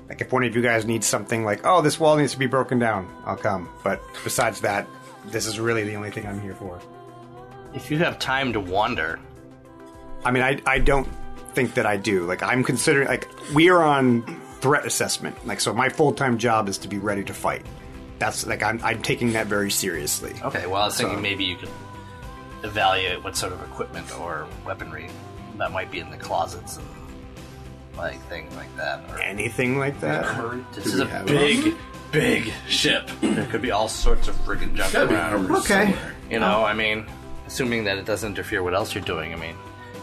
like if one of you guys needs something like, oh, this wall needs to be broken down, I'll come. But besides that, this is really the only thing I'm here for.
If you have time to wander,
I mean, I, I don't think that I do. Like, I'm considering, like, we are on threat assessment. Like, so my full time job is to be ready to fight. That's like, I'm, I'm taking that very seriously.
okay. Well, I was thinking maybe you could evaluate what sort of equipment or weaponry that might be in the closets and like things like that. Or
Anything like that?
this is a big, big ship. There could be all sorts of friggin' junk around.
Okay.
You know, I mean, assuming that it doesn't interfere what else you're doing. I mean,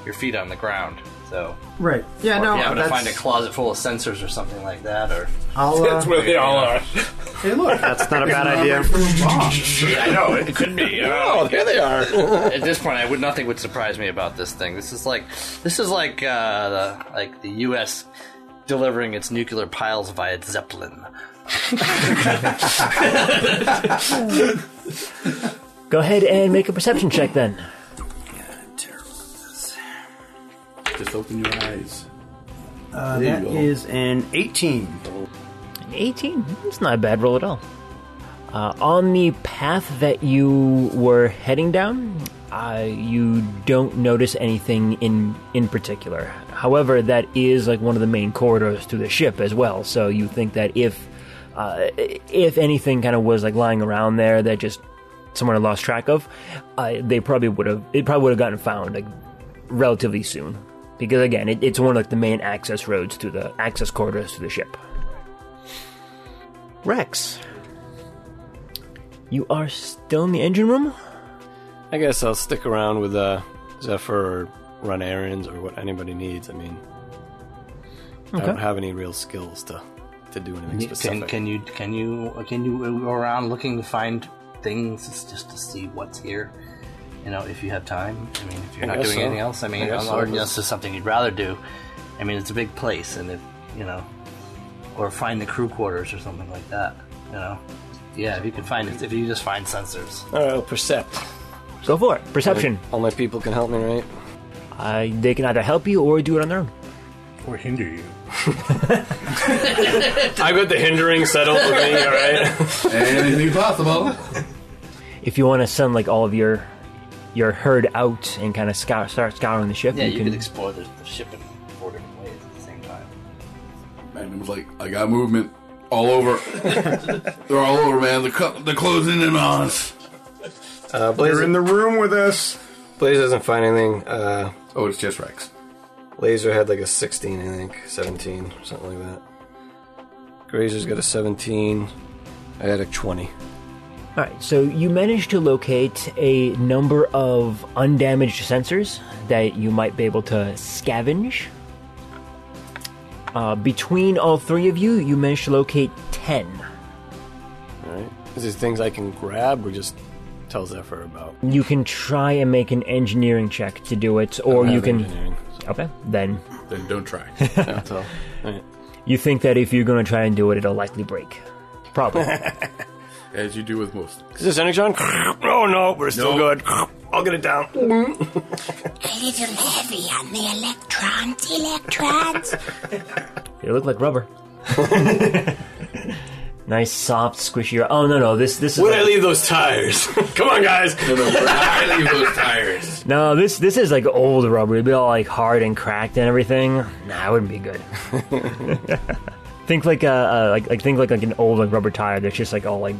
your feet on the ground, so.
Right. Yeah,
Or
no,
if you happen to
that's,
find a closet full of sensors or something like that, or
I'll, uh,
That's where they all are.
Hey, look,
that's not a bad idea.
yeah, I know it could be. uh,
Oh, there they are.
At this point, I would nothing would surprise me about this thing. This is like this is like uh, the, like the U.S. delivering its nuclear piles via its zeppelin.
Go ahead and make a perception check then.
just open your eyes.
Uh,
There
that
you go.
is an 18.
An 18? That's not a bad roll at all. Uh, on the path that you were heading down, uh, you don't notice anything in in particular. However, that is like one of the main corridors to the ship as well. So you think that if uh, if anything kind of was like lying around there that just someone had lost track of, uh, they probably would have it probably would have gotten found like relatively soon. Because again, it, it's one of like the main access roads to the access corridors to the ship. Rex, you are still in the engine room?
I guess I'll stick around with uh, Zephyr or run errands or what anybody needs. I mean, I don't have any real skills to, to do anything
Can,
specific.
can you can you can you go around looking to find things just to see what's here? You know, if you have time. I mean, if you're
I
not
guess
doing
so.
anything else, I mean,
I guess
or
so.
unless there's something you'd rather do. I mean, it's a big place, and if you know, or find the crew quarters or something like that. You know, yeah, if you can find it, if you just find sensors.
All right, I'll percept.
Go for it. Perception.
All my people can help me, right?
Uh, they can either help you or do it on their own.
Or hinder you.
I got the hindering settled with me, all right?
Anything possible.
If you want to send like all of your your herd out and kind of scour, start scouring the ship,
Yeah, you,
you,
could
can.
explore the, the ship in four different ways at the same time.
Magnum's like, I got movement all over. They're all over, man. They're, co- they're closing in on us.
Uh, Blaze,
You're in the room with us.
Blaze doesn't find anything. Uh,
Oh, it's just Rex.
Laser had like a 16, I think, 17, something like that. Grazer's got a 17. I had a 20.
All right, so you managed to locate a number of undamaged sensors that you might be able to scavenge. Uh, between all three of you, you managed to locate 10.
All right. Is these things I can grab or just tell Zephyr about?
You can try and make an engineering check to do it, or
don't
you
have
can.
engineering,
Okay, then.
Then don't try.
That's all. All right.
You think that if you're going to try and do it, it'll likely break. Probably.
As you do with most.
Is this energon? Oh no, we're still
No.
good. I'll get it down.
A little heavy on the electrons, electrons.
They look like rubber. nice, soft, squishy. ru- Oh no, no, this this is
Where
like,
did I leave those tires? Come on, guys.
I leave those tires.
no, this this is like old rubber. It'd be all like hard and cracked and everything. Nah, it wouldn't be good. think like uh, uh like, like think like like an old like rubber tire that's just like all like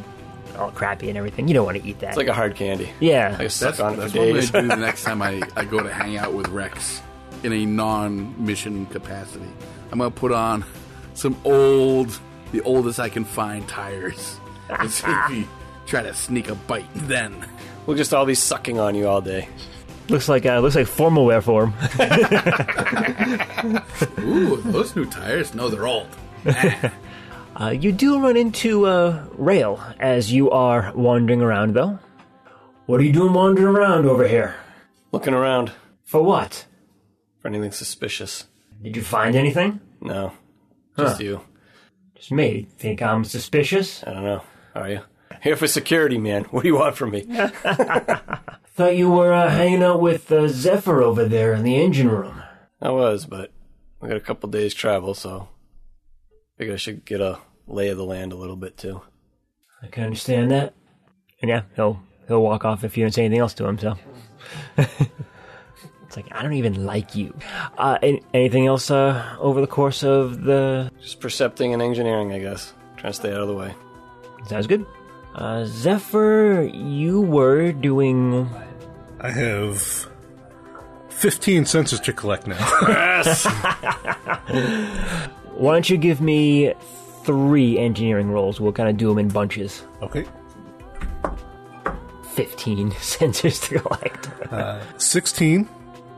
all crappy and everything. You don't want to eat that.
It's like a hard candy.
yeah,
I can suck
That's,
on it
that's
for
what I'm going
days.
to do the next time I, I go to hang out with Rex in a non mission capacity. I'm going to put on some old, the oldest I can find tires and see if you try to sneak a bite then.
We'll just all be sucking on you all day.
looks like uh, looks like formal wear for 'em.
Ooh, those new tires? No, they're old.
Uh, you do run into uh, Rail as you are wandering around, though. What are you doing wandering around over here?
Looking around
For what?
for anything suspicious.
Did you find anything?
No, just
Huh.
you.
Just me. Think I'm suspicious?
I don't know. Are you here for security, man? What do you want from me?
Thought you were uh, hanging out with uh, Zephyr over there in the engine room.
I was, but I got a couple days travel, so figured I should get a lay of the land a little bit too.
I can understand that. And yeah, he'll he'll walk off if you don't say anything else to him. So it's like I don't even like you. Uh, an- anything else uh, over the course of the?
Just percepting and engineering, I guess. Trying to stay out of the way.
Sounds good. Uh, Zephyr, you were doing.
I have 15 sensors to collect now.
Why don't you give me three engineering rolls? We'll kind of do them in bunches.
okay.
Fifteen sensors to collect.
16,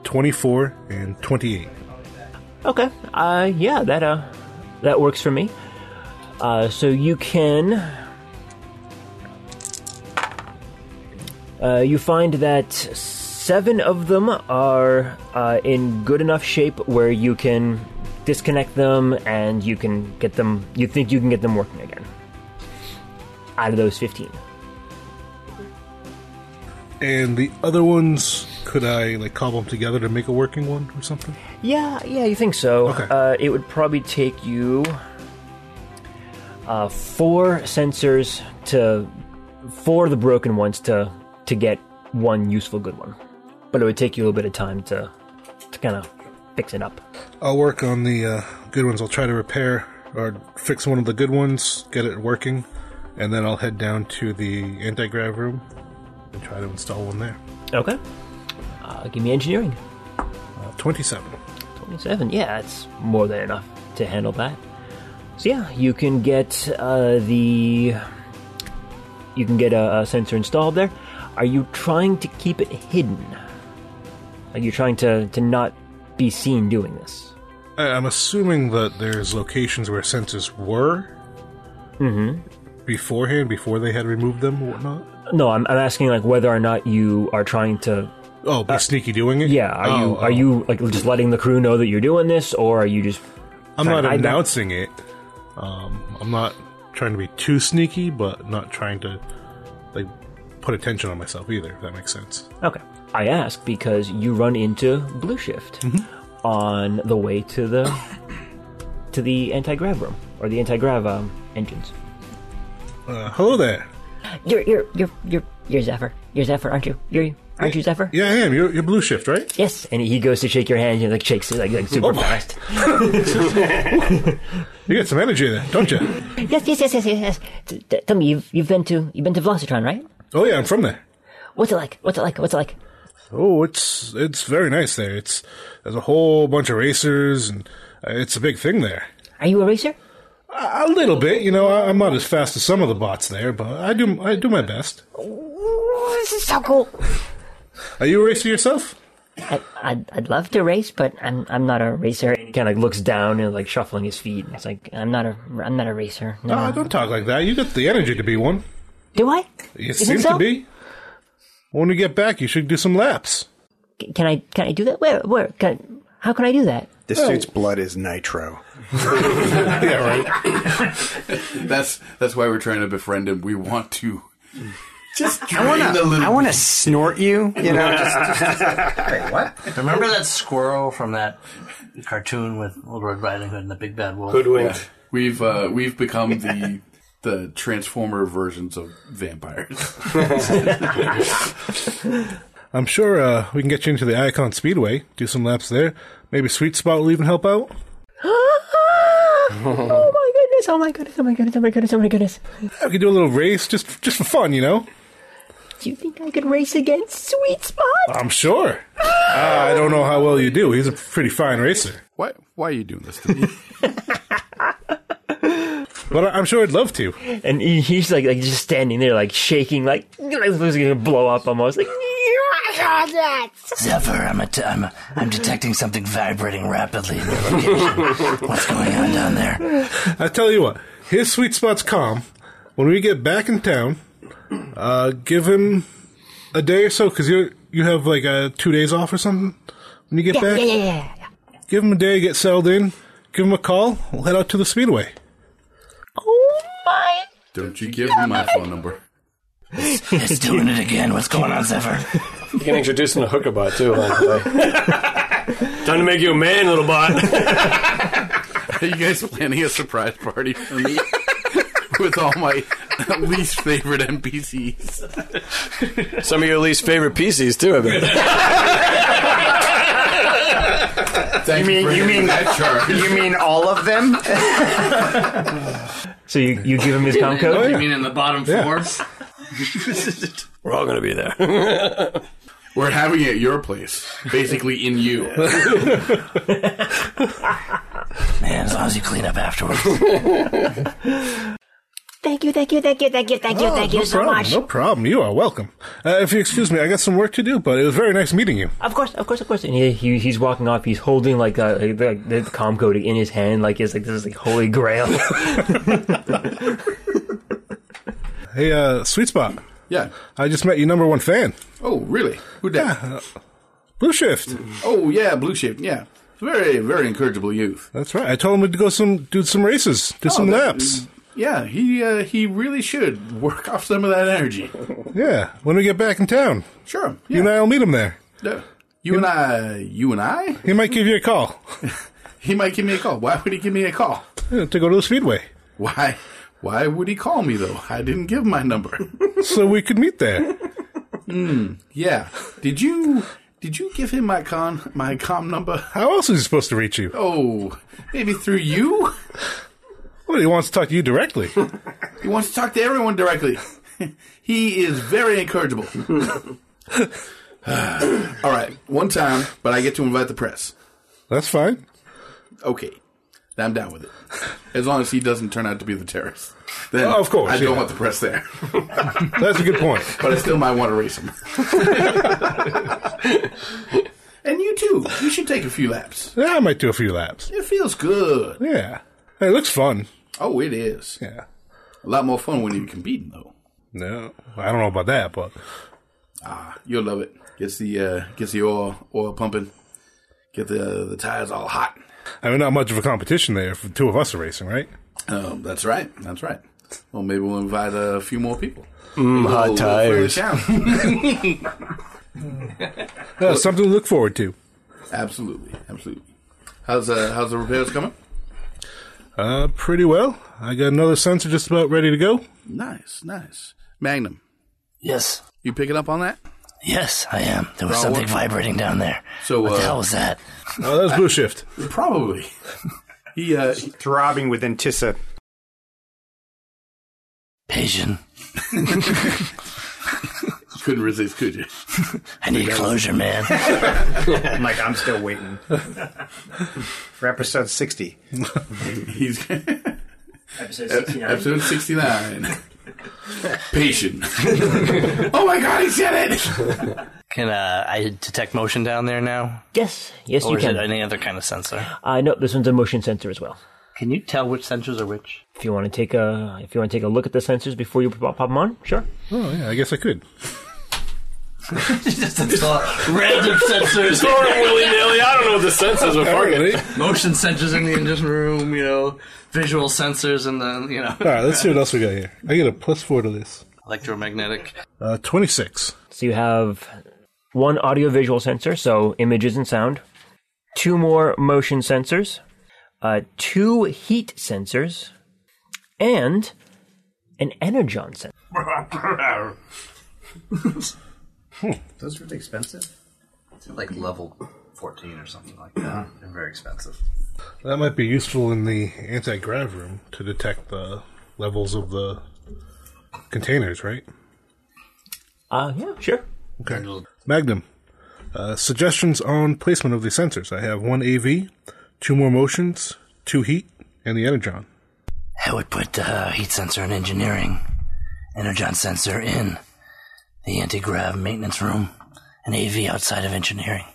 24, Uh, and 28.
Okay. Uh, yeah, that uh, that works for me. Uh, so you can. Uh, you find that seven of them are uh, in good enough shape where you can disconnect them and you can get them. You think you can get them working again. Out of those fifteen,
And the other ones, could I like cobble them together to make a working one or something?
yeah, yeah, you think so.
Okay.
Uh, it would probably take you uh, four sensors to four of the broken ones to to get one useful good one. But it would take you a little bit of time to to kind of fix it up.
I'll work on the uh, good ones. I'll try to repair or fix one of the good ones, get it working, and then I'll head down to the anti grav room and try to install one there.
Okay. Uh, give me engineering.
Uh, 27.
27. Yeah, that's more than enough to handle that. So yeah, you can get uh, the you can get a, a sensor installed there. Are you trying to keep it hidden? Are you trying to to not be seen doing this?
I- I'm assuming that there's locations where sensors were Mm-hmm. beforehand, before they had removed them or whatnot.
No, I'm, I'm asking like whether or not you are trying to. uh,
Oh, be sneaky doing it?
Yeah, are you
Oh,
are you like just letting the crew know that you're doing this, or are you just
I'm
Sorry,
not
I don't-
announcing it. Um, I'm not trying to be too sneaky, but not trying to like put attention on myself either. If that makes sense.
Okay. I ask because you run into Blue Shift
Mm-hmm.
on the way to the to the anti-grav room or the anti-grav um, engines.
Uh, hello there.
You're, you're, you're, you're, you're Zephyr. You're Zephyr, aren't you? You're, aren't you Zephyr?
Yeah, I am. You're, you're blue shift, right? Oh
Yes, and he goes to shake your hand and like shakes it like, like super fast.
You got some energy there, don't you?
Yes, yes, yes, yes, yes. yes. T- t- tell me, you've, you've been to, you've been to Velocitron, right?
oh yeah, I'm from there.
What's it like? What's it like? What's it like?
Oh, it's it's very nice there. It's there's a whole bunch of racers, and uh, it's a big thing there.
Are you a racer?
A a little bit, you know. I- I'm not as fast as some of the bots there, but I do I do my best.
Ooh, this is so cool.
Are you a racer yourself?
I, I'd, I'd love to race, but I'm I'm not a racer. He kind of looks down and like shuffling his feet. It's like I'm not a I'm not a racer.
Oh,
No.
Ah, don't talk like that. You got the energy to be one.
Do I?
You
You think
seem
so?
to be. When we get back, you should do some laps.
C- Can I can I do that? Where where can how can I do that?
This
Oh.
suit's blood is nitro.
that's that's why we're trying to befriend him. We want to.
Just
drain the little-
I want to snort you. You know, just,
Wait, what? Remember that squirrel from that cartoon with Little Red Riding Hood and the Big Bad Wolf?
Yeah. We've uh, we've become the the transformer versions of vampires.
I'm sure uh, we can get you into the Icon Speedway, do some laps there. Maybe Sweet Spot will even help out.
oh my goodness! Oh my goodness! Oh my goodness! Oh my goodness! Oh my goodness!
We could do a little race just just for fun, you know.
Do you think I could race against Sweet Spot?
I'm sure. Ah, I don't know how well you do. He's a pretty fine racer.
Why why are you doing this to me?
But I- I'm sure I'd love to.
And he, he's like like just standing there like shaking like this was gonna blow up almost like.
Zephyr, I'm, a t- I'm, a, I'm detecting something vibrating rapidly in your location. What's going on down there?
I tell you what, his sweet spot's calm. When we get back in town, uh, give him a day or so because you you have like uh, two days off or something. When you get
Yeah,
back,
yeah, yeah, yeah.
give him a day, get settled in, give him a call. We'll head out to the speedway.
Oh my!
Don't you give me my phone number.
It's doing it again. What's going on, Zephyr?
You can introduce him to Hookabot too. along the way. Time to make you a man, little bot.
Are you guys planning a surprise party for me? With all my least favorite NPCs.
Some of your least favorite PCs too. I bet.
Thank you, mean, you mean that charge.
you mean all of them?
So you, you give him his com code?
Oh,
You mean in the bottom floor?
We're all gonna be there.
We're having it at your place. Basically in you. Oh,
Man, as long as you clean up afterwards.
Thank you, thank you, thank you, thank you, thank you,
Oh,
thank
no
you so
problem,
much.
No problem. You are welcome. Uh, if you excuse me, I got some work to do, but it was very nice meeting you.
Of course, of course, of course. And he, he he's walking off. He's holding like uh, like, the, like, the com code in his hand, like it's like this is like holy grail.
Hey, uh, sweet spot.
Yeah.
I just met your number one fan,
Oh, really? Who that?
Blue Shift.
Oh, yeah, Blue Shift. Yeah. Very, very incorrigible youth.
That's right. I told him to go some do some races, do some
Oh, that-
laps.
Yeah, he uh, he really should work off some of that energy.
Yeah, when we get back in town,
Sure.
you
Yeah.
and I will meet him there.
Yeah. You and I, you and I.
He might give you a call
He might give me a call. Why would he give me a call?
uh, to go to the speedway,
Why? Why would he call me though? I didn't give my number. Hmm,
so we could meet there.
Yeah. Did you did you give him my con my com number?
How else is he supposed to reach you?
Oh, maybe through you.
Well, he wants to talk to you directly.
He wants to talk to everyone directly. he is very incorrigible. All right, one time, but I get to invite the press.
That's fine.
Okay, I'm down with it. As long as he doesn't turn out to be the terrorist, then
Oh, of course,
I don't
yeah.
want the press there.
That's a good point.
but I still might want to race him. and you too. You should take a few laps.
Yeah, I might do a few laps.
It feels good.
Yeah, Hey, it looks fun.
Oh, it is.
Yeah.
A lot more fun when you're competing, though.
No, I don't know about that, but
Ah, You'll love it. Gets the uh, gets the oil oil pumping. Get the the tires all hot.
I mean, not much of a competition there if the two of us are racing, right?
Um, that's right. That's right. Well, maybe we'll invite a few more people.
hot
Mm,
Little- little
tires.
fair town.
Uh, something to look forward to.
absolutely, absolutely. How's uh, how's the repairs coming?
Uh, pretty well. I got another sensor just about ready to go.
Nice, nice. Magnum,
Yes.
you picking up on that?
Yes, I am. There was
Raul.
something vibrating down there.
So,
what
uh,
the hell was that?
Oh, that was Blue Shift.
Probably. he uh,
Throbbing with Antissa.
Patient.
couldn't resist, could you?
I need closure, man.
I'm like, I'm still waiting for episode sixty.
He's
Episode 69.
Episode 69. Patient. oh my god, he said it!
Can uh, I detect motion down there now?
Yes, yes,
or
you
is
can.
it any other kind of sensor?
Uh, no, this one's a motion sensor as well.
Can you tell which sensors are which?
If you want to take a, if you want to take a look at the sensors before you pop, pop them on, sure.
Oh yeah, I guess I could.
Just random sensors.
Throwing willy nilly. I don't know if the senses were
Apparently.
fucking.
Motion sensors in the engine room, you know, visual sensors in the, you know,
All right, let's see what else we got here. I get a plus four to this.
electromagnetic.
Uh, Twenty six.
So you have one audiovisual sensor, so images and sound, two more motion sensors, uh, two heat sensors, and an energon sensor.
Those really expensive.
Like level 14 or something like that. They're very expensive.
That might be useful in the anti grav room to detect the levels of the containers, right?
Uh, yeah, sure.
Okay. Magnum. Uh, suggestions on placement of the sensors. I have one AV, two more motions, two heat, and the energon.
I would put uh, heat sensor in engineering, energon sensor in the anti grav maintenance room, and AV outside of engineering.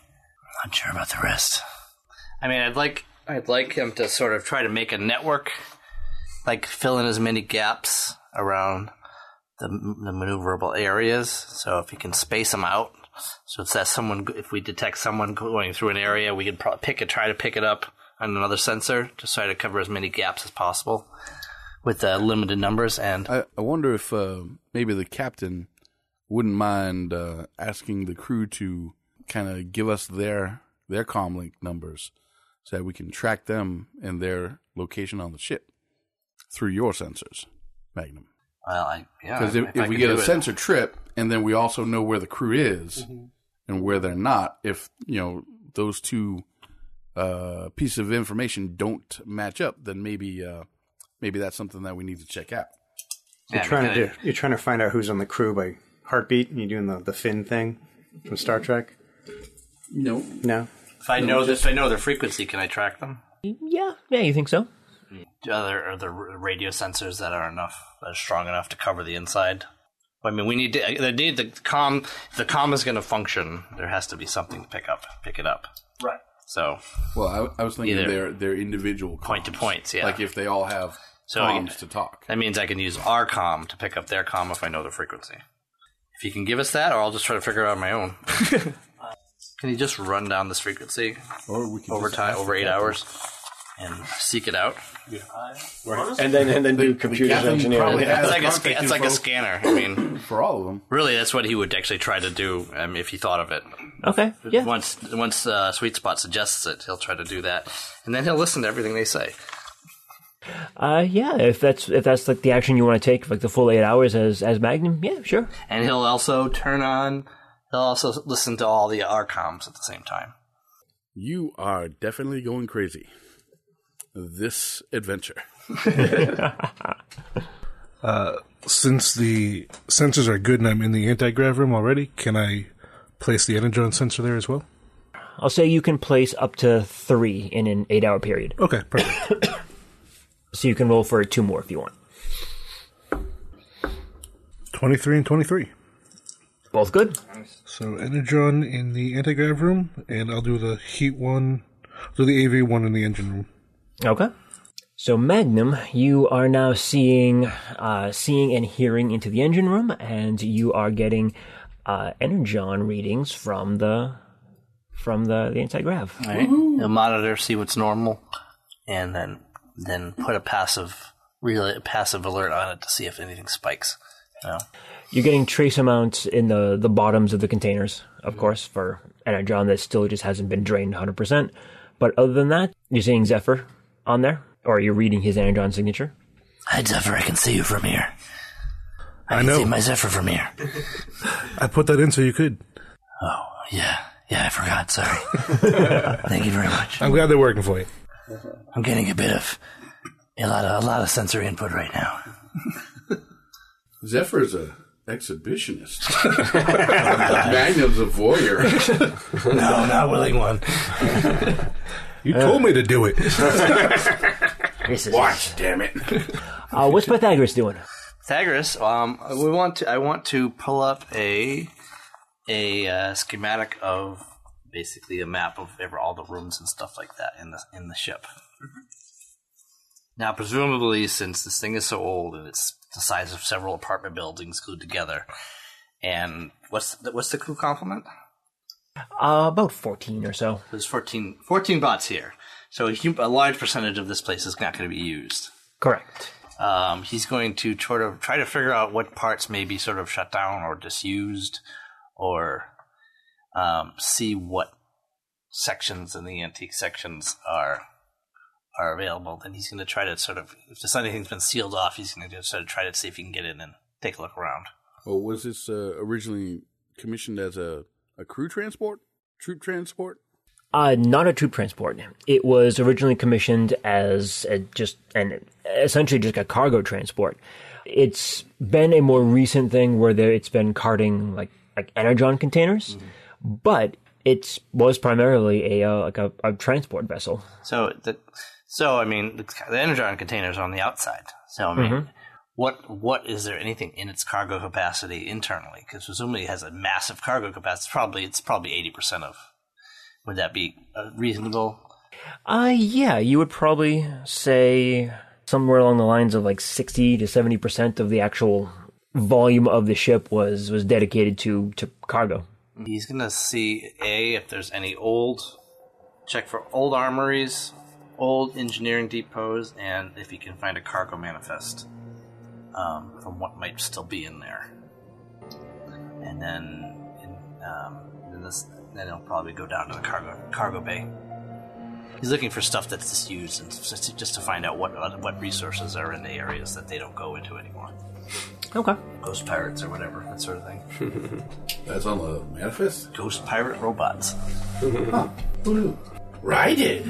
I'm not sure about the rest. I mean, I'd like I'd like him to sort of try to make a network, like fill in as many gaps around the, the maneuverable areas. So if he can space them out, so if that's someone, if we detect someone going through an area, we could probably pick it, try to pick it up on another sensor, just try to cover as many gaps as possible with uh, limited numbers. And
I, I wonder if uh, maybe the captain wouldn't mind uh, asking the crew to kind of give us their their comlink numbers so that we can track them and their location on the ship through your sensors, Magnum.
well, I, yeah,
Because if, if,
I
we
could
get
do
a
it-
sensor trip, and then we also know where the crew is and where they're not, if you know those two uh, pieces of information don't match up, then maybe uh, maybe that's something that we need to check out.
You're
Yeah,
trying to
because-
do, you're trying to find out who's on the crew by heartbeat, and you're doing the the fin thing from Star Trek.
No,
no.
if I know this, if I know their frequency. Can I track them?
Yeah, yeah, you think so?
Are there, are there radio sensors that are enough, that are strong enough to cover the inside? I mean, we need to. They need the com. If the com is going to function, there has to be something to pick up, pick it up.
Right.
So,
well, I, I was thinking
Either-
their their individual
Point to
comms.
points, yeah.
Like if they all have
So,
comms
yeah.
to talk.
That means I can use our com to pick up their com if I know the frequency. If you can give us that, or I'll just try to figure it out on my own. can you just run down this frequency
or we can
over
just
time,
ask
over
the
eight
captain.
hours, and seek it out?
And then and then do computer
captain
engineering.
probably has It's like a sca- contact it's like a info scanner, I mean,
for all of them.
Really, that's what he would actually try to do um, if he thought of it.
Okay, yeah.
Once once uh, Sweet Spot suggests it, he'll try to do that, and then he'll listen to everything they say.
Uh, yeah, if that's if that's like the action you want to take, like the full eight hours as as Magnum, yeah, sure.
and he'll also turn on. He'll also listen to all the arcoms at the same time.
You are definitely going crazy. This adventure.
Uh, since the sensors are good and I'm in the anti grav room already, can I place the energon sensor there as well?
I'll say you can place up to three in an eight hour period.
Okay, perfect.
so you can roll for two more if you want.
23 and 23.
Both good.
So energon in the anti grav room, and I'll do the heat one, do the AV one in the engine room.
Okay. So Magnum, you are now seeing, uh, seeing and hearing into the engine room, and you are getting uh, energon readings from the from the, the anti-grav.
All right? He'll monitor, see what's normal, and then then put a passive relay, passive alert on it to see if anything spikes. You know?
You're getting trace amounts in the, the bottoms of the containers, of course, for Energon that still just hasn't been drained 100%. But other than that, you're seeing Zephyr on there, or you're reading his Energon signature.
Hi, Zephyr, I can see you from here.
I,
can
know.
see my Zephyr from here.
I put that in so you could.
Oh, Yeah, yeah, I forgot. Sorry. Thank you very much.
I'm glad they're working for you.
I'm getting a bit of a lot of a lot of sensory input right now.
Zephyr's a exhibitionist. Magnum's a voyeur.
No, not willing one.
You told me to do it.
This is
Watch, damn it.
Uh, what's Pythagoras doing?
Pythagoras, um, we want to. I want to pull up a a uh, schematic of basically a map of ever all the rooms and stuff like that in the in the ship. Now, presumably, since this thing is so old and it's the size of several apartment buildings glued together, and what's the, what's the crew complement?
Uh, about 14 or so.
There's 14, 14 bots here, so a, hu- a large percentage of this place is not going to be used.
Correct.
Um, he's going to sort of try to figure out what parts may be sort of shut down or disused, or um, see what sections in the antique sections are are available. Then he's going to try to sort of if there's anything's been sealed off, he's going to sort of try to see if he can get in and take a look around.
Well, was this uh, originally commissioned as a, a crew transport? Troop transport?
Uh, not a troop transport. It was originally commissioned as a, just an essentially just a cargo transport. It's been a more recent thing where there, it's been carting like like energon containers, but it was primarily a uh, like a, a transport vessel.
So, the, so I mean, the, the energon containers are on the outside. So, I mean,
Mhm.
what what is there anything in its cargo capacity internally? Because presumably it has a massive cargo capacity. Probably it's probably eighty percent of. Would that be uh, reasonable?
Uh, yeah, you would probably say somewhere along the lines of like 60 to 70% of the actual volume of the ship was, was dedicated to, to cargo.
He's gonna see a if there's any old check for old armories, old engineering depots, and if he can find a cargo manifest um, from what might still be in there. And then, um, then this, then he'll probably go down to the cargo cargo bay. He's looking for stuff that's disused, and just to, just to find out what what resources are in the areas that they don't go into anymore.
Okay.
Ghost pirates or whatever, that sort of thing.
That's on the manifest?
Ghost pirate robots.
Who knew? Ride it.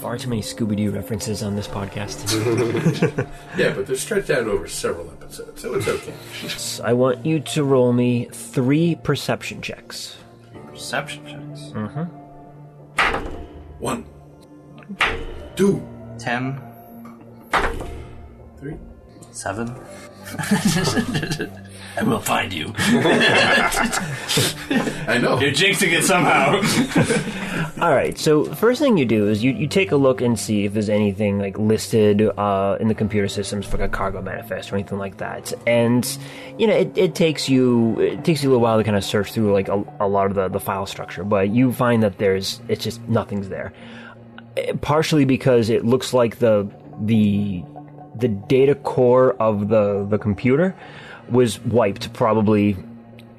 Far too many Scooby Doo references on this podcast.
yeah, but they're stretched out over several episodes, so it's okay.
So I want you to roll me three perception checks.
Perception checks.
Mm-hmm.
One, two,
ten,
three.
Seven. I will find you.
I know.
You're jinxing it somehow.
All right. So first thing you do is you, you take a look and see if there's anything like listed uh, in the computer systems for like a cargo manifest or anything like that. And you know it, it takes you it takes you a little while to kind of search through like a, a lot of the, the file structure, but you find that there's it's just nothing's there. Eh, Partially because it looks like the the the data core of the the computer was wiped probably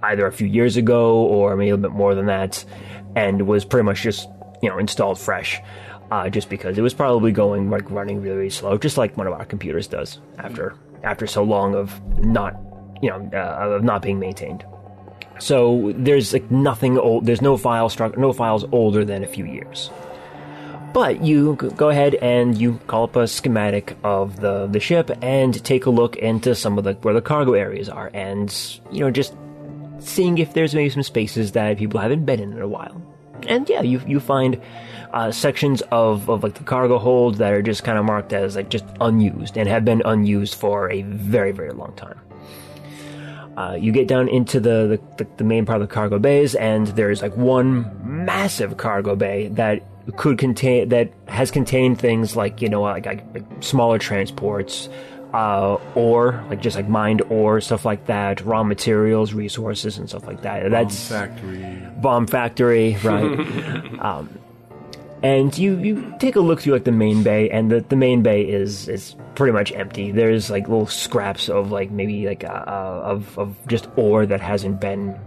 either a few years ago or maybe a little bit more than that, and was pretty much just you know installed fresh, uh, just because it was probably going like running really, really slow, just like one of our computers does after after so long of not you know uh, of not being maintained. So there's like nothing old. There's no file struct, no files older than a few years. But you g- go ahead and you call up a schematic of the, the ship and take a look into some of the where the cargo areas are, and you know just seeing if there's maybe some spaces that people haven't been in in a while. And yeah, you you find uh, sections of, of like the cargo holds that are just kind of marked as like just unused and have been unused for a very very long time. Uh, you get down into the, the, the main part of the cargo bays, and there's like one massive cargo bay that could contain that has contained things like you know like, like, like smaller transports, uh, ore like just like mined ore stuff like that, raw materials, resources, and stuff like that. That's
factory.
bomb factory, right? um, and you, you take a look through like the main bay, and the, the main bay is is pretty much empty. There's like little scraps of like maybe like uh, uh, of of just ore that hasn't been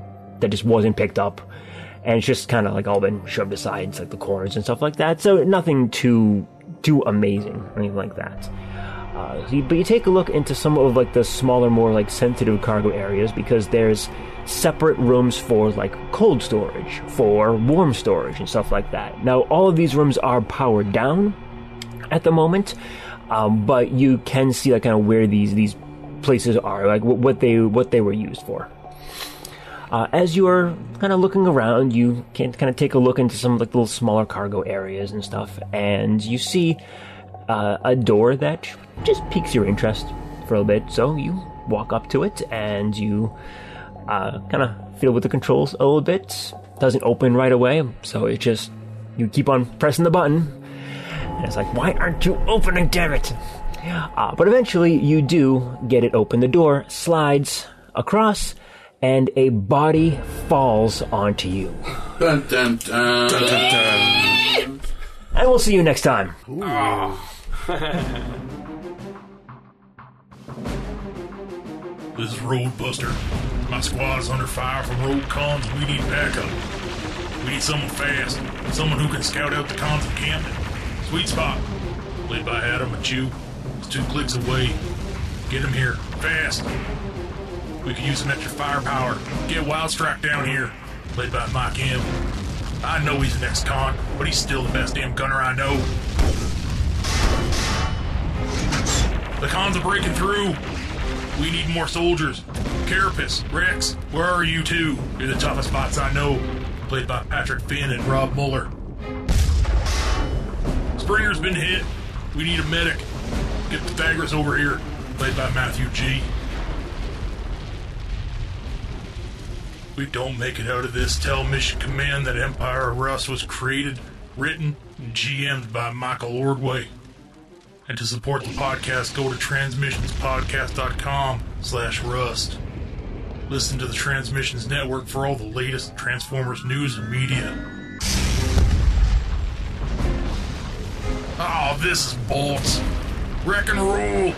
that just wasn't picked up, and it's just kind of like all been shoved aside, it's, like the corners and stuff like that. So nothing too too amazing, or anything like that. Uh, so you- but you take a look into some of like the smaller, more like sensitive cargo areas because there's separate rooms for like cold storage, for warm storage, and stuff like that. Now all of these rooms are powered down at the moment, um, but you can see like kind of where these these places are, like what, what they what they were used for. Uh, as you're kind of looking around, you can kind of take a look into some like little smaller cargo areas and stuff, and you see uh, a door that just piques your interest for a little bit. So you walk up to it and you uh, kind of feel with the controls a little bit. Doesn't open right away, so it just you keep on pressing the button. And it's like, why aren't you opening? Damn it! Uh, but eventually, you do get it open. The door slides across, and a body falls onto you.
Dun, dun, dun, dun, dun, dun.
And we'll see you next time.
Ah.
This is Roadbuster. My squad's under fire from road cons and we need backup. We need someone fast, someone who can scout out the cons encampment. Sweet spot, led by Adam and Chew, is two clicks away. Get him here, fast. We could use some extra firepower. Get Wildstrike down here, led by Mike M. I know he's an ex-con, but he's still the best damn gunner I know. The cons are breaking through. We need more soldiers. Carapace, Rex, where are you two? You're the toughest bots I know. Played by Patrick Finn and Rob Muller. Springer's been hit. We need a medic. Get Pythagoras over here. Played by Matthew G. We don't make it out of this. Tell Mission Command that Empire of Rust was created, written, and GM'd by Michael Ordway. And to support the podcast, go to transmissionspodcast.com slash rust. Listen to the Transmissions Network for all the latest Transformers news and media. Oh, this is bolts. Wreck and roll.